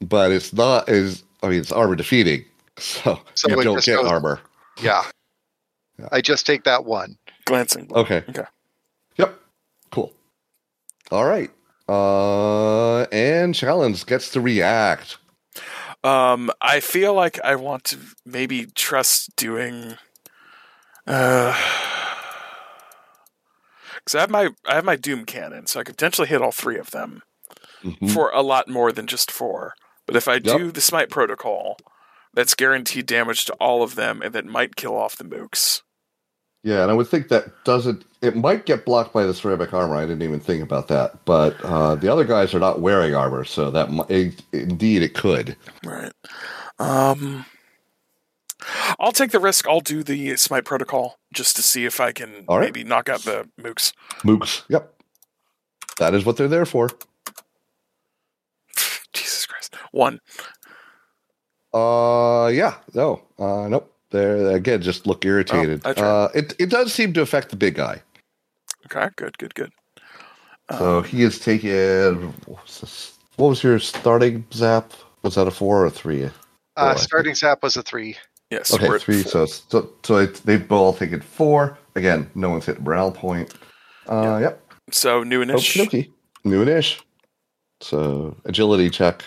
But it's not is I mean it's armor defeating. So,
So
you
it
don't
just
get
goes-
armor.
Yeah.
Yeah.
I just take that 1.
Glancing. blow.
Okay.
Okay.
Yep. Cool. All right. Uh and challenge gets to react.
Um, I feel like I want to maybe trust doing. Uh, because I have my I have my doom cannon, so I could potentially hit all three of them
Mhm.
for a lot more than just four. But if I do the smite protocol, that's guaranteed damage to all of them, and that might kill off the mooks.
Yeah, and I would think that doesn't. It might get blocked by the ceramic armor. I didn't even think about that. But uh, the other guys are not wearing armor, so that mi- it, indeed it could.
Right. Um. I'll take the risk. I'll do the smite protocol just to see if I can
All right.
maybe knock out the mooks.
Mooks. Yep. That is what they're there for.
Jesus Christ! One.
Uh, yeah. No. Uh, nope. They're again just look irritated.
Oh, I tried.
uh, it it does seem to affect the big guy.
Okay. Good. Good. Good. Uh,
So he is taking. What was, this- what was your starting zap? Was that a four or a three?
Uh,
Four, I
starting zap was a 3.
Yes.
Okay,
we're at
three. So,
four.
so, so it, they've all taken four. Again, no one's hit morale point. Uh, yep.
So new
Okie
initiative.
dokie. New and ish. So agility check.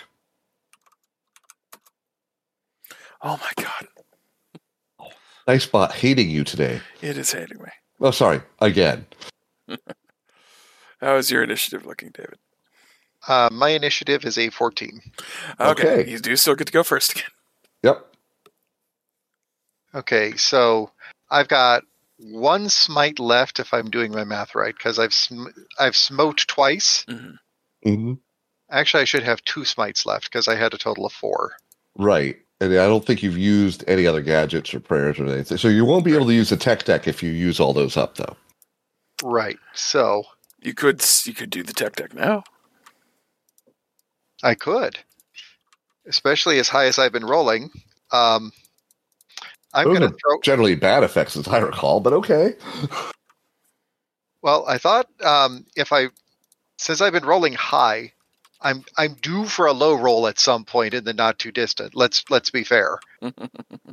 Oh my god!
Nice bot hating you today.
It is hating me.
Oh, sorry. Again.
How is your initiative looking, David?
Uh, my initiative is a 14.
Okay.
Okay.
You do still get to go first again.
Yep.
Okay, so I've got one smite left if I'm doing my math right because I've sm- I've smote twice.
Mhm.
hmm
Actually, I should have two smites left because I had a total of four.
Right. And I don't think you've used any other gadgets or prayers or anything. So you won't be able to use the tech deck if you use all those up, though.
Right. So
You could s- you could do the tech deck now.
I could, especially as high as I've been rolling. Um, I'm
Those
going to
are-
throw.
Generally bad effects, as I recall, but okay.
Well, I thought um, if I, since I've been rolling high, I'm I'm due for a low roll at some point in the not too distant. Let's let's be fair.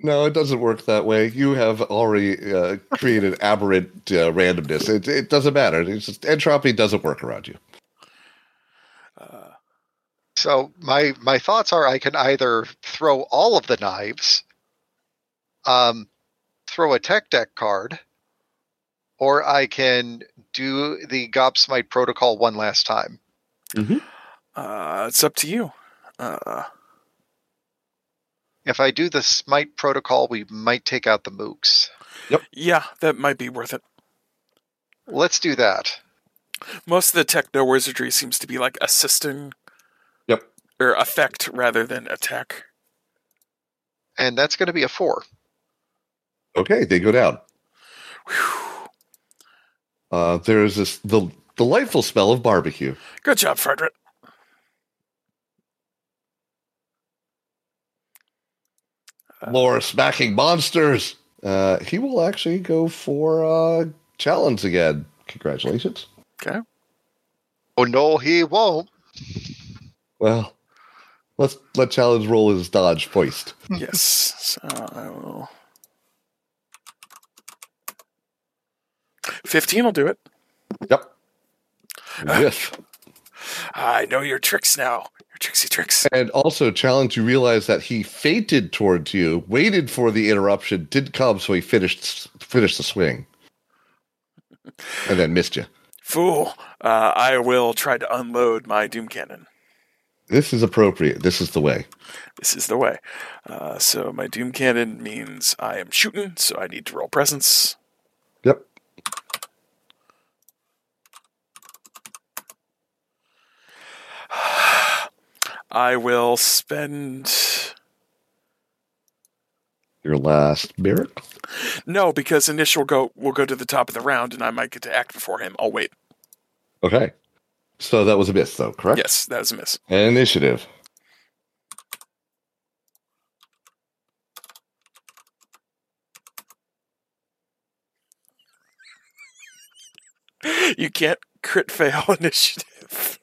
No, it doesn't work that way. You have already uh, created aberrant uh, randomness. It, it doesn't matter. It's just, entropy doesn't work around you.
Uh,
So my my thoughts are I can either throw all of the knives, um, throw a tech deck card, or I can do the gobsmite protocol one last time.
uh, it's up to you. Uh,
If I do the smite protocol, we might take out the mooks.
yeah, that might be worth it.
Let's do that.
Most of the techno wizardry seems to be like assisting.
Yep.
Or effect rather than attack.
And that's going to be a four.
Okay, they go down.
Whew.
Uh, there is this the delightful smell of barbecue.
Good job, Frederick.
More smacking monsters. Uh, he will actually go for uh, challenge again. Congratulations.
Oh no, he won't.
Well, let's let challenge roll his dodge first.
yes. So I will. Fifteen will do it.
Yep. Yes.
I know your tricks now. Your tricksy tricks.
And also, challenge you realize that he fainted towards you, waited for the interruption, did come, so he finished finished the swing, and then missed you.
Fool. Uh, I will try to unload my doom cannon.
This is appropriate. This is the way.
This is the way. Uh, so my Doom Cannon means I am shooting, so I need to roll presence.
Yep.
I will spend.
Your last merit.
No, because initial go will go to the top of the round, and I might get to act before him. I'll wait.
Okay. So that was a miss, though, correct?
Yes, that was a miss.
And initiative.
You can't crit fail initiative.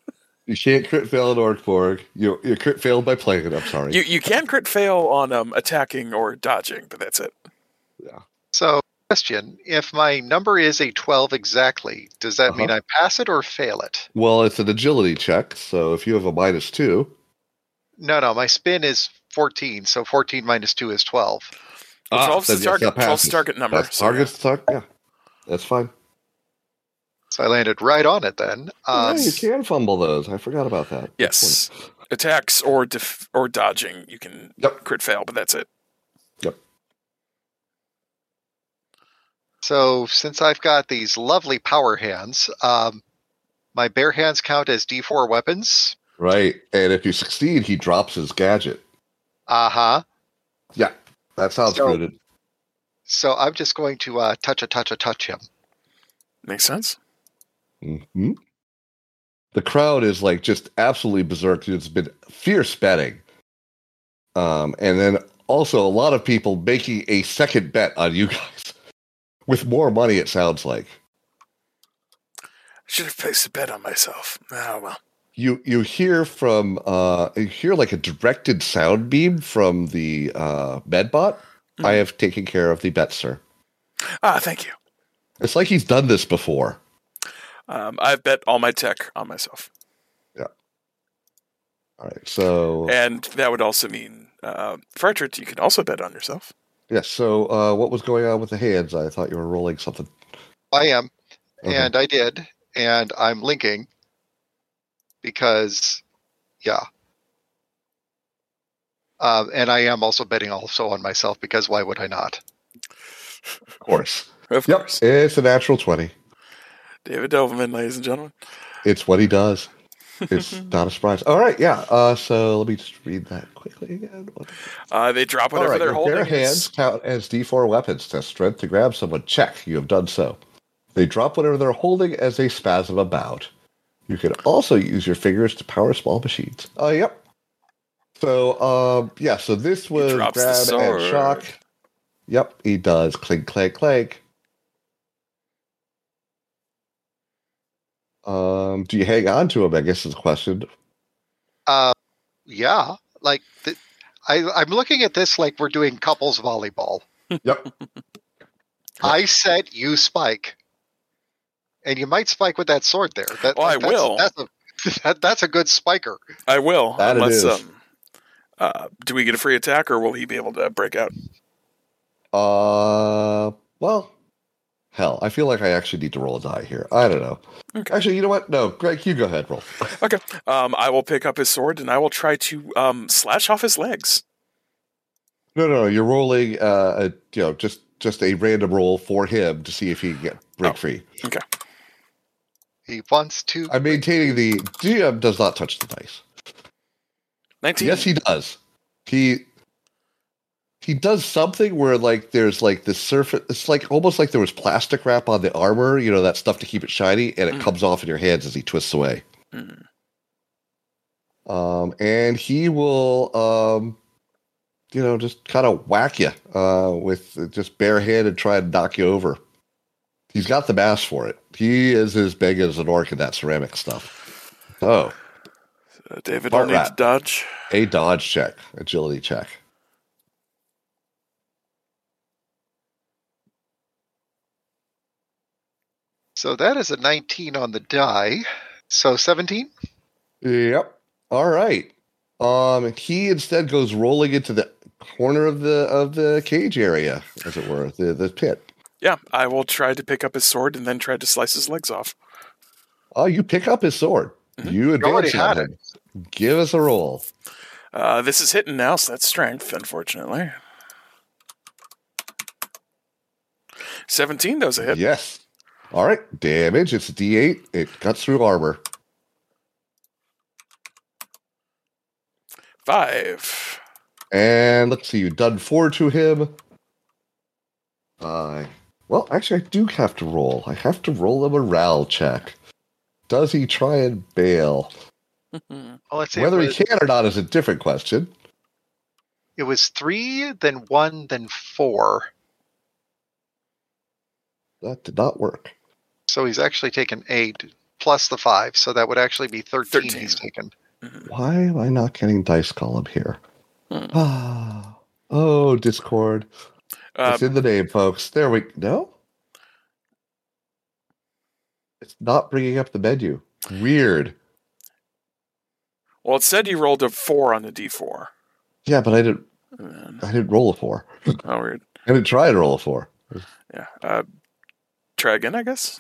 You can't crit fail at Orkborg. You you crit failed by playing it. I'm sorry.
You you can crit fail on um, attacking or dodging, but that's it.
So, question: If my number is a twelve exactly, does that mean
Uh-huh.
I pass it or fail it?
well, it's an agility check, so if you have a minus two,
No, no, my spin is fourteen, so fourteen minus two is twelve.
Well,
Ah,
12's
then yes,
the
that
target. 12's the
passes.
target number.
That's
so yeah.
target's target. Yeah, that's fine.
So I landed right on it then.
Yeah,
Um,
Oh, you can fumble those. I forgot about that. Good
Yes.
point.
attacks or def- or dodging, you can
Yep.
crit fail, but that's it.
So since I've got these lovely power hands, um, my bare hands count as D4 weapons.
Right, and if you succeed, he drops his gadget.
Uh huh.
Yeah, that sounds
So-
rooted.
So I'm just going to uh, touch a touch a touch him.
Makes sense.
hmm The crowd is like just absolutely berserk. It's been fierce betting. Um, and then also a lot of people making a second bet on you guys with more money, it sounds like.
Should have placed a bet on myself. Ah, well.
You you hear from uh you hear like a directed sound beam from the uh medbot. I have taken care of the bet, sir.
Ah, thank you.
It's like he's done this before.
Um, I've bet all my tech on myself,
All right, so
and that would also mean, uh, Frederick, you can also bet on yourself.
yes, so uh what was going on with the hands? I thought you were rolling something.
I am,
Okay.
and I did, and I'm linking because, yeah. Um, and I am also betting also on myself because why would I not?
of course.
Of
Yep,
course,
it's a natural 20.
David Doberman, ladies and gentlemen.
It's what he does. It's not a surprise. All right, yeah. Uh, so let me just read that quickly again. What-
Uh, they drop whatever
All right,
they're
your bare
holding.
hands
is-
count as D4 weapons. Test strength to grab someone. Check. You have done so. They drop whatever they're holding as they spasm about. You can also use your fingers to power small machines. Uh, yep. So, um, yeah, so this was
drops the
grab and
sword.
shock. Yep, he does. Clink, clank, clank. Um, do you hang on to him? I guess is the question.
Uh, yeah, like th- I, I'm looking at this like we're doing couples volleyball.
Yep.
I said you spike, and you might spike with that sword there. That,
Oh, I
that's-
will.
That's a that, that's a good spiker.
I will,
That it
unless
is.
um, uh, do we get a free attack, or will he be able to break out?
Uh, well, hell, I feel like I actually need to roll a die here. I don't know.
Okay.
Actually, you know what? No, Greg, you go ahead, roll.
Okay. Um, I will pick up his sword and I will try to um, slash off his legs.
No, no, no. You're rolling. Uh, a, you know, just just a random roll for him to see if he can get break
Oh.
free.
He wants to.
I'm maintaining the DM does not touch the dice.
19.
Yes, he does. He he does something where like there's like the surface. It's like almost like there was plastic wrap on the armor. You know that stuff to keep it shiny, and it
Mm.
comes off in your hands as he twists away.
Mm.
Um, and he will, um, you know, just kind of whack you uh, with just bare hand and try and knock you over. He's got the mask for it. He is as big as an orc in that ceramic stuff. Oh,
Uh, David
Bart
will need to
rat.
dodge.
a dodge check, agility check.
So that is a 19 on the die. So 17.
Yep. All right. Um, he instead goes rolling into the corner of the of the cage area, as it were, the the pit.
Yeah, I will try to pick up his sword and then try to slice his legs off.
Oh, you pick up his sword.
Mhm.
You
You Mm-hmm. already
advance on
had
him. Give us a roll.
Uh, this is hitting now, so that's strength, unfortunately. 17 does a hit.
Yes. All right. Damage. It's a D8. It cuts through armor.
Five.
And let's see. You've done four to him. Uh, well, actually, I do have to roll. I have to roll a morale check. Does he try and bail?
Uh,
Well, let's see.
Whether
it,
he
was,
can or not is a different question.
it was three, then one, then four.
That did not work.
So he's actually taken eight plus the five. So that would actually be 13,
13.
he's taken.
Why am I not getting dice column here?
Hmm.
Ah, oh, Discord.
Uh,
it's in the name, folks. There we no. It's not bringing up the menu. Weird.
well, it said you rolled a four on the d4.
Yeah, but I didn't.
And then-
I didn't roll a four.
oh, weird.
I didn't try to roll a four.
Yeah. Uh, try again, I guess.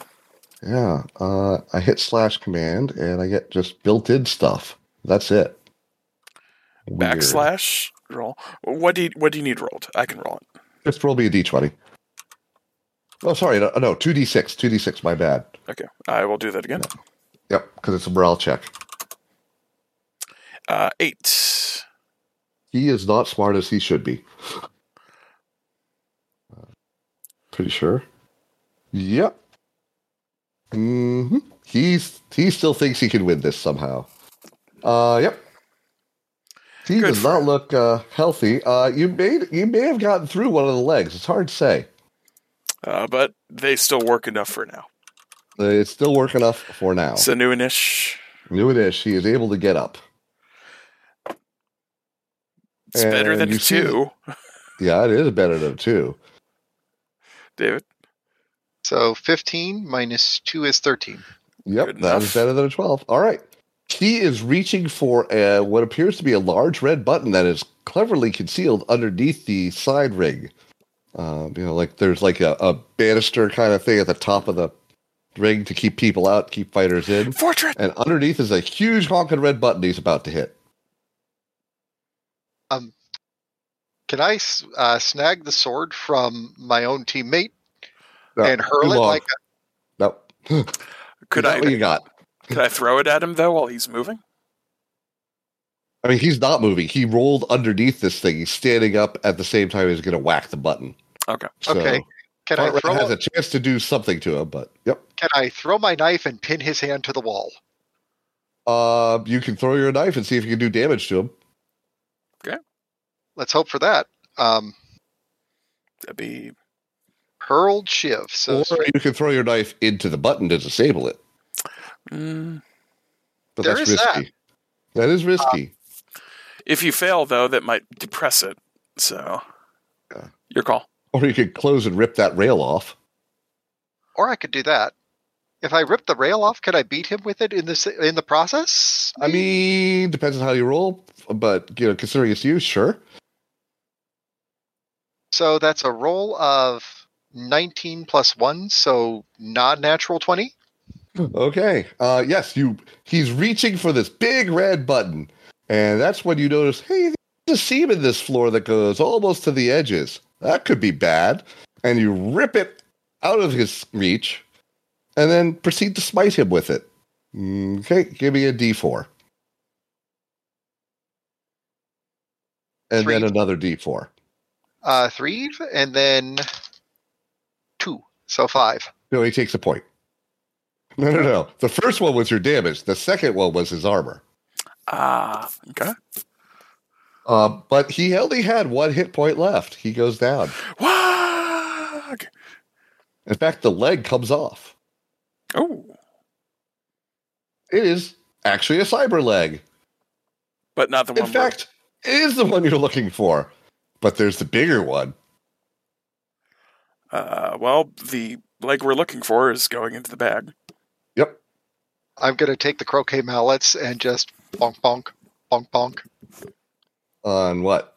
Yeah. Uh, I hit slash command and I get just built-in stuff. That's it. Weird.
Backslash roll. What do you What do you need rolled? I can roll it.
Just roll me a d twenty. Oh, sorry. No, no, two d six. Two d six. My bad.
Okay, I will do that again.
Yep, because it's a morale check.
Uh, eight.
He is not smart as he should be. Uh, Pretty sure. Yep. hmm He's he still thinks he can win this somehow. Uh, yep. He
Good
does
for
not
him.
look uh, healthy. Uh, you may you may have gotten through one of the legs. It's hard to say.
Uh, but they still work enough for now.
Uh, It's still working enough for now.
So new inish.
New it is. She is able to get up.
It's better
And
than
you see
two,
Yeah, it is better than two.
David.
So 15 minus two is 13.
Yep,
Good
that
enough.
is better than a 12. All right. He is reaching for uh, what appears to be a large red button that is cleverly concealed underneath the side ring. Um, you know, like there's like a, a banister kind of thing at the top of the ring to keep people out, keep fighters in.
Fortran.
And underneath is a huge honking red button he's about to hit.
Um, Can I s- uh, snag the sword from my own teammate
No,
and hurl
too
it
long.
like a,
Nope.
Could
Is that
I
what you got?
could I throw it at him though while he's moving?
I mean, he's not moving. He rolled underneath this thing. He's standing up at the same time he's going to whack the button.
Okay.
Okay. can I
Bartlett
throw
has a chance to do something to him, but yep.
can I throw my knife and pin his hand to the wall?
Uh, you can throw your knife and see if you can do damage to him.
Let's hope for that. Um,
That'd be
hurled shiv. So
or you can throw your knife into the button to disable it.
mm.
But
There
that's
is that.
risky. that is risky.
if you fail though, that might depress it. So
Yeah.
your call.
Uh,
or you could close and rip that rail off.
or I could do that. If I rip the rail off, could I beat him with it in this in the process?
I mean, depends on how you roll, but you know, considering it's you, sure.
so that's a roll of nineteen plus one, so non-natural twenty.
Okay. Uh, yes, you. He's reaching for this big red button, and that's when you notice, hey, there's a seam in this floor that goes almost to the edges. That could be bad. And you rip it out of his reach, and then proceed to smite him with it. Okay, give me a D4, and
Three.
then another D4.
Uh, three and then two, so five.
No, he takes a point. No, no, no. The first one was your damage. The second one was his armor.
Ah, okay.
Uh, but he only had one hit point left. He goes down.
Wag!
In fact, the leg comes off.
Oh,
It is actually a cyber leg.
but not the
In
one. where-
fact, it is the one you're looking for. But there's the bigger one.
uh, well, the leg we're looking for is going into the bag.
Yep.
I'm gonna take the croquet mallets and just bonk bonk bonk bonk.
On what?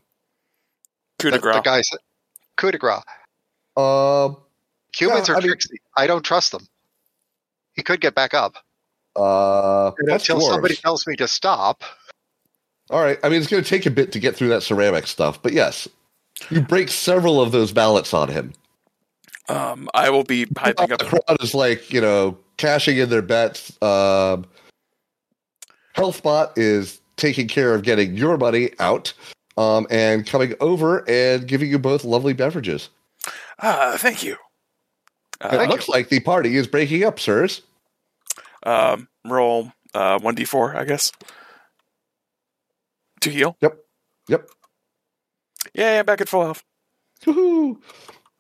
Coup de
The, the
grace.
guys, coup de grace.
Uh,
Humans
Yeah,
are
I mean-
tricksy. I don't trust them. He could get back up
uh, that's
until
dwarves.
somebody tells me to stop.
All right. I mean, it's going to take a bit to get through that ceramic stuff, but yes, you break several of those ballots on him.
Um, I will be hyping
the
up.
crowd is like, you know, cashing in their bets. Um, Healthbot is taking care of getting your money out um, and coming over and giving you both lovely beverages.
Ah, thank you. Uh,
it looks like the party is breaking up, sirs.
Um, roll uh, 1d4, I guess. To heal?
Yep. Yep.
Yeah, yeah, back at full health.
Woohoo!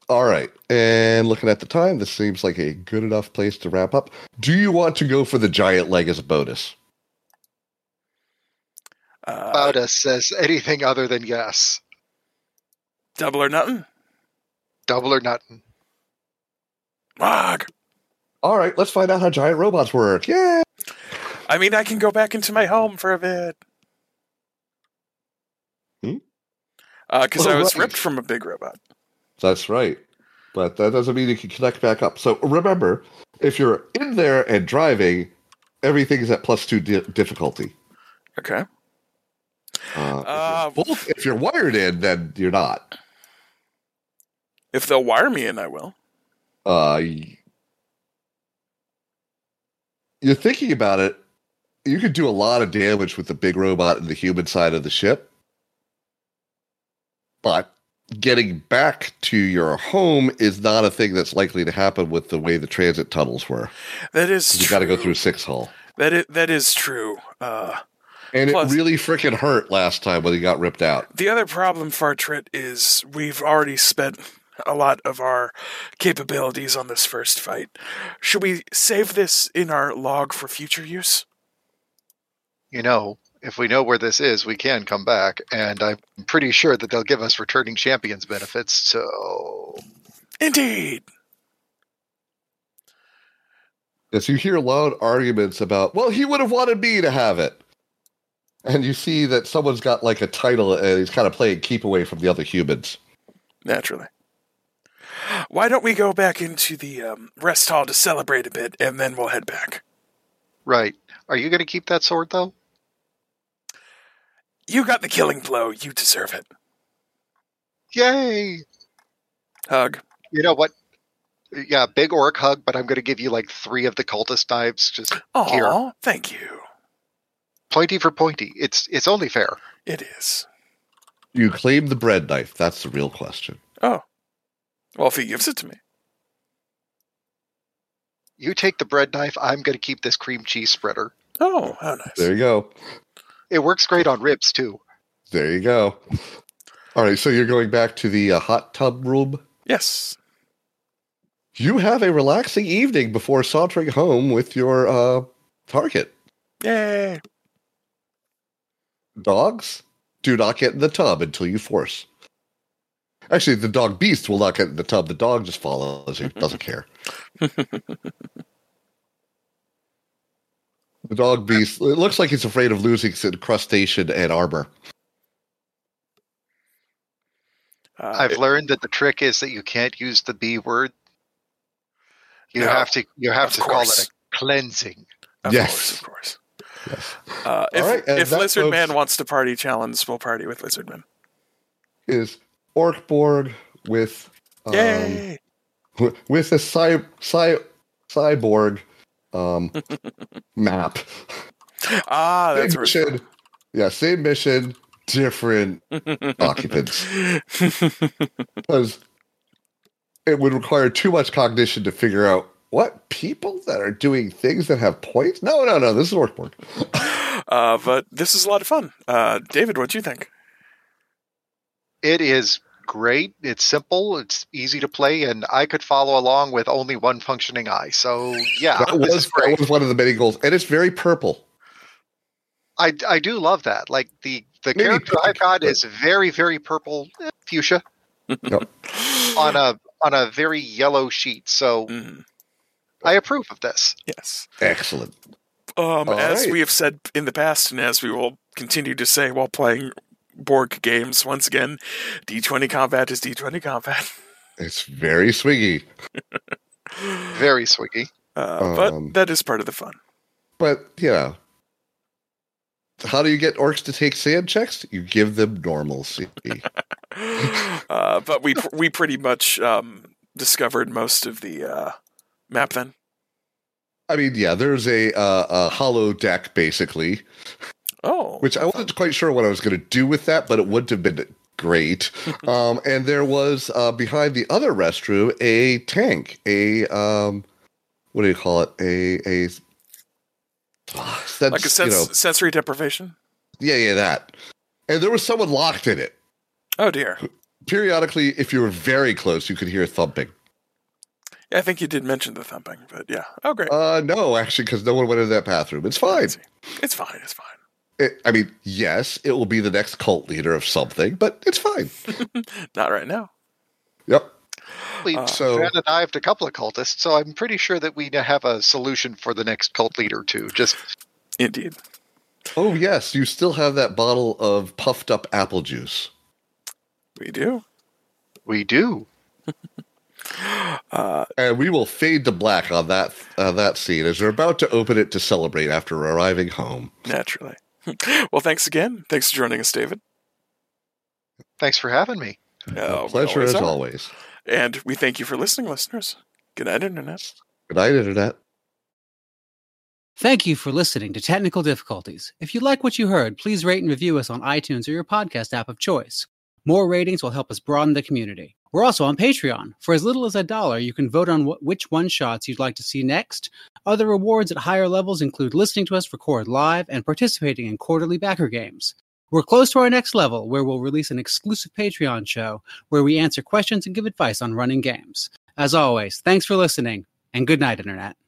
All right. And looking at the time, this seems like a good enough place to wrap up. Do you want to go for the giant leg as a bonus?
Uh,
About us says anything other than yes.
double or nothing?
Double or nothing.
Ugh.
All right, let's find out how giant robots work. Yeah.
I mean, I can go back into my home for a bit.
Hmm?
Because Uh, I was
Alright.
ripped from a big robot.
That's right. But that doesn't mean you can connect back up. So remember, if you're in there and driving, everything is at plus two di- difficulty.
Okay.
Uh,
Uh,
if, you're both, if you're wired in, then you're not.
If they'll wire me in, I will.
Uh, y- you're thinking about it. You could do a lot of damage with the big robot and the human side of the ship. But getting back to your home is not a thing that's likely to happen with the way the transit tunnels were.
That is
You got to go
true.
through six hull.
That is, that is true. Uh,
And
Plus-
it really freaking hurt last time when he got ripped out.
the other problem, Fartrit, is we've already spent a lot of our capabilities on this first fight. Should we save this in our log for future use?
You know, if we know where this is, we can come back, and I'm pretty sure that they'll give us returning champions benefits. So
Indeed.
Yes, you hear loud arguments about, well, he would have wanted me to have it. And you see that someone's got like a title and he's kind of playing keep away from the other humans.
Naturally. Why don't we go back into the um, rest hall to celebrate a bit, and then we'll head back?
right, are you going to keep that sword though?
You got the killing blow. You deserve it.
Yay!
Hug.
You know what? Yeah, big orc hug, but I'm going to give you like three of the cultist knives, just
Aw,
Here.
thank you.
pointy for pointy. It's it's only fair.
It is.
You claim the bread knife. That's the real question.
Oh. Well, if he gives it to me.
You take the bread knife. I'm going to keep this cream cheese spreader.
Oh, how nice.
There you go.
It works great on ribs too.
There you go. All right, so you're going back to the uh, hot tub room.
Yes.
You have a relaxing evening before sauntering home with your uh, target.
Yay.
dogs do not get in the tub until you force. Actually, the dog beast will not get in the tub. The dog just follows you, doesn't care. the dog beast, it looks like he's afraid of losing its encrustation and armor.
Uh,
I've learned that the trick is that you can't use the B word. You
No,
have to you have
of
to call
course.
it a cleansing.
of
Yes.
course, of course. Uh, if
All right, and
if
that,
Lizard
folks-
Man wants to party challenge, we'll party with Lizard Man.
Is Orkborg with um,
Yay.
wi- with a cy- cy- cyborg um, map.
ah, that's
Same
where
mission. Yeah, same mission, different occupants.
it's
because it would require too much cognition to figure out what people that are doing things that have points. No, no, no. This is Orkborg.
uh, But this is a lot of fun. Uh, David, what'd you think?
It is great. It's simple. It's easy to play, and I could follow along with only one functioning eye. So yeah,
That
this is
was
great.
that was one of the many goals, and it's very purple.
I I do love that. Like the the
Maybe
character
pink,
I've got
but-
is very very purple eh, fuchsia
On
on a on a very yellow sheet. So
Mm.
I approve of this.
Yes.
Excellent.
Um,
All
as
right.
we have said in the past, and as we will continue to say while playing Borg games, once again, D20 combat is D20 combat.
It's very swingy,
Very swiggy.
Uh, but
Um,
that is part of the fun.
but you know, How do you get orcs to take sand checks? You give them normalcy.
uh, but we pr- we pretty much um, discovered most of the uh, map then.
I mean, yeah, there's a uh, a hollow deck basically,
Oh,
which I wasn't quite sure what I was going to do with that, but it wouldn't have been great. um, and there was uh, behind the other restroom a tank, a um, what do you call it? A a
like a
sense, you
sens-
know,
sensory deprivation.
yeah, yeah, that. And there was someone locked in it.
Oh dear.
Periodically, if you were very close, you could hear thumping.
I think you did mention the thumping, but yeah. Oh great.
Uh, no, actually, because no one went into that bathroom. It's fine.
It's fine. It's fine.
It, I mean, yes, it will be the next cult leader of something, but it's fine.
Not right now.
Yep.
We
Uh,
so-
Brad and I have a couple of cultists, so I'm pretty sure that we have a solution for the next cult leader too. Just
Indeed.
Oh yes, you still have that bottle of puffed up apple juice.
We do.
we do.
Uh,
And we will fade to black on that on that scene as they're about to open it to celebrate after arriving home.
naturally. well, thanks again. Thanks for joining us, David.
Thanks for having me.
Oh, we
Pleasure as
are.
always.
And we thank you for listening, listeners. Good night, Internet.
Good night, Internet.
Thank you for listening to Technical Difficulties. If you like what you heard, please rate and review us on iTunes or your podcast app of choice. More ratings will help us broaden the community. We're also on Patreon. For as little as a dollar, you can vote on wh- which one shots you'd like to see next. Other rewards at higher levels include listening to us record live and participating in quarterly backer games. We're close to our next level, where we'll release an exclusive Patreon show where we answer questions and give advice on running games. As always, thanks for listening, and good night, Internet.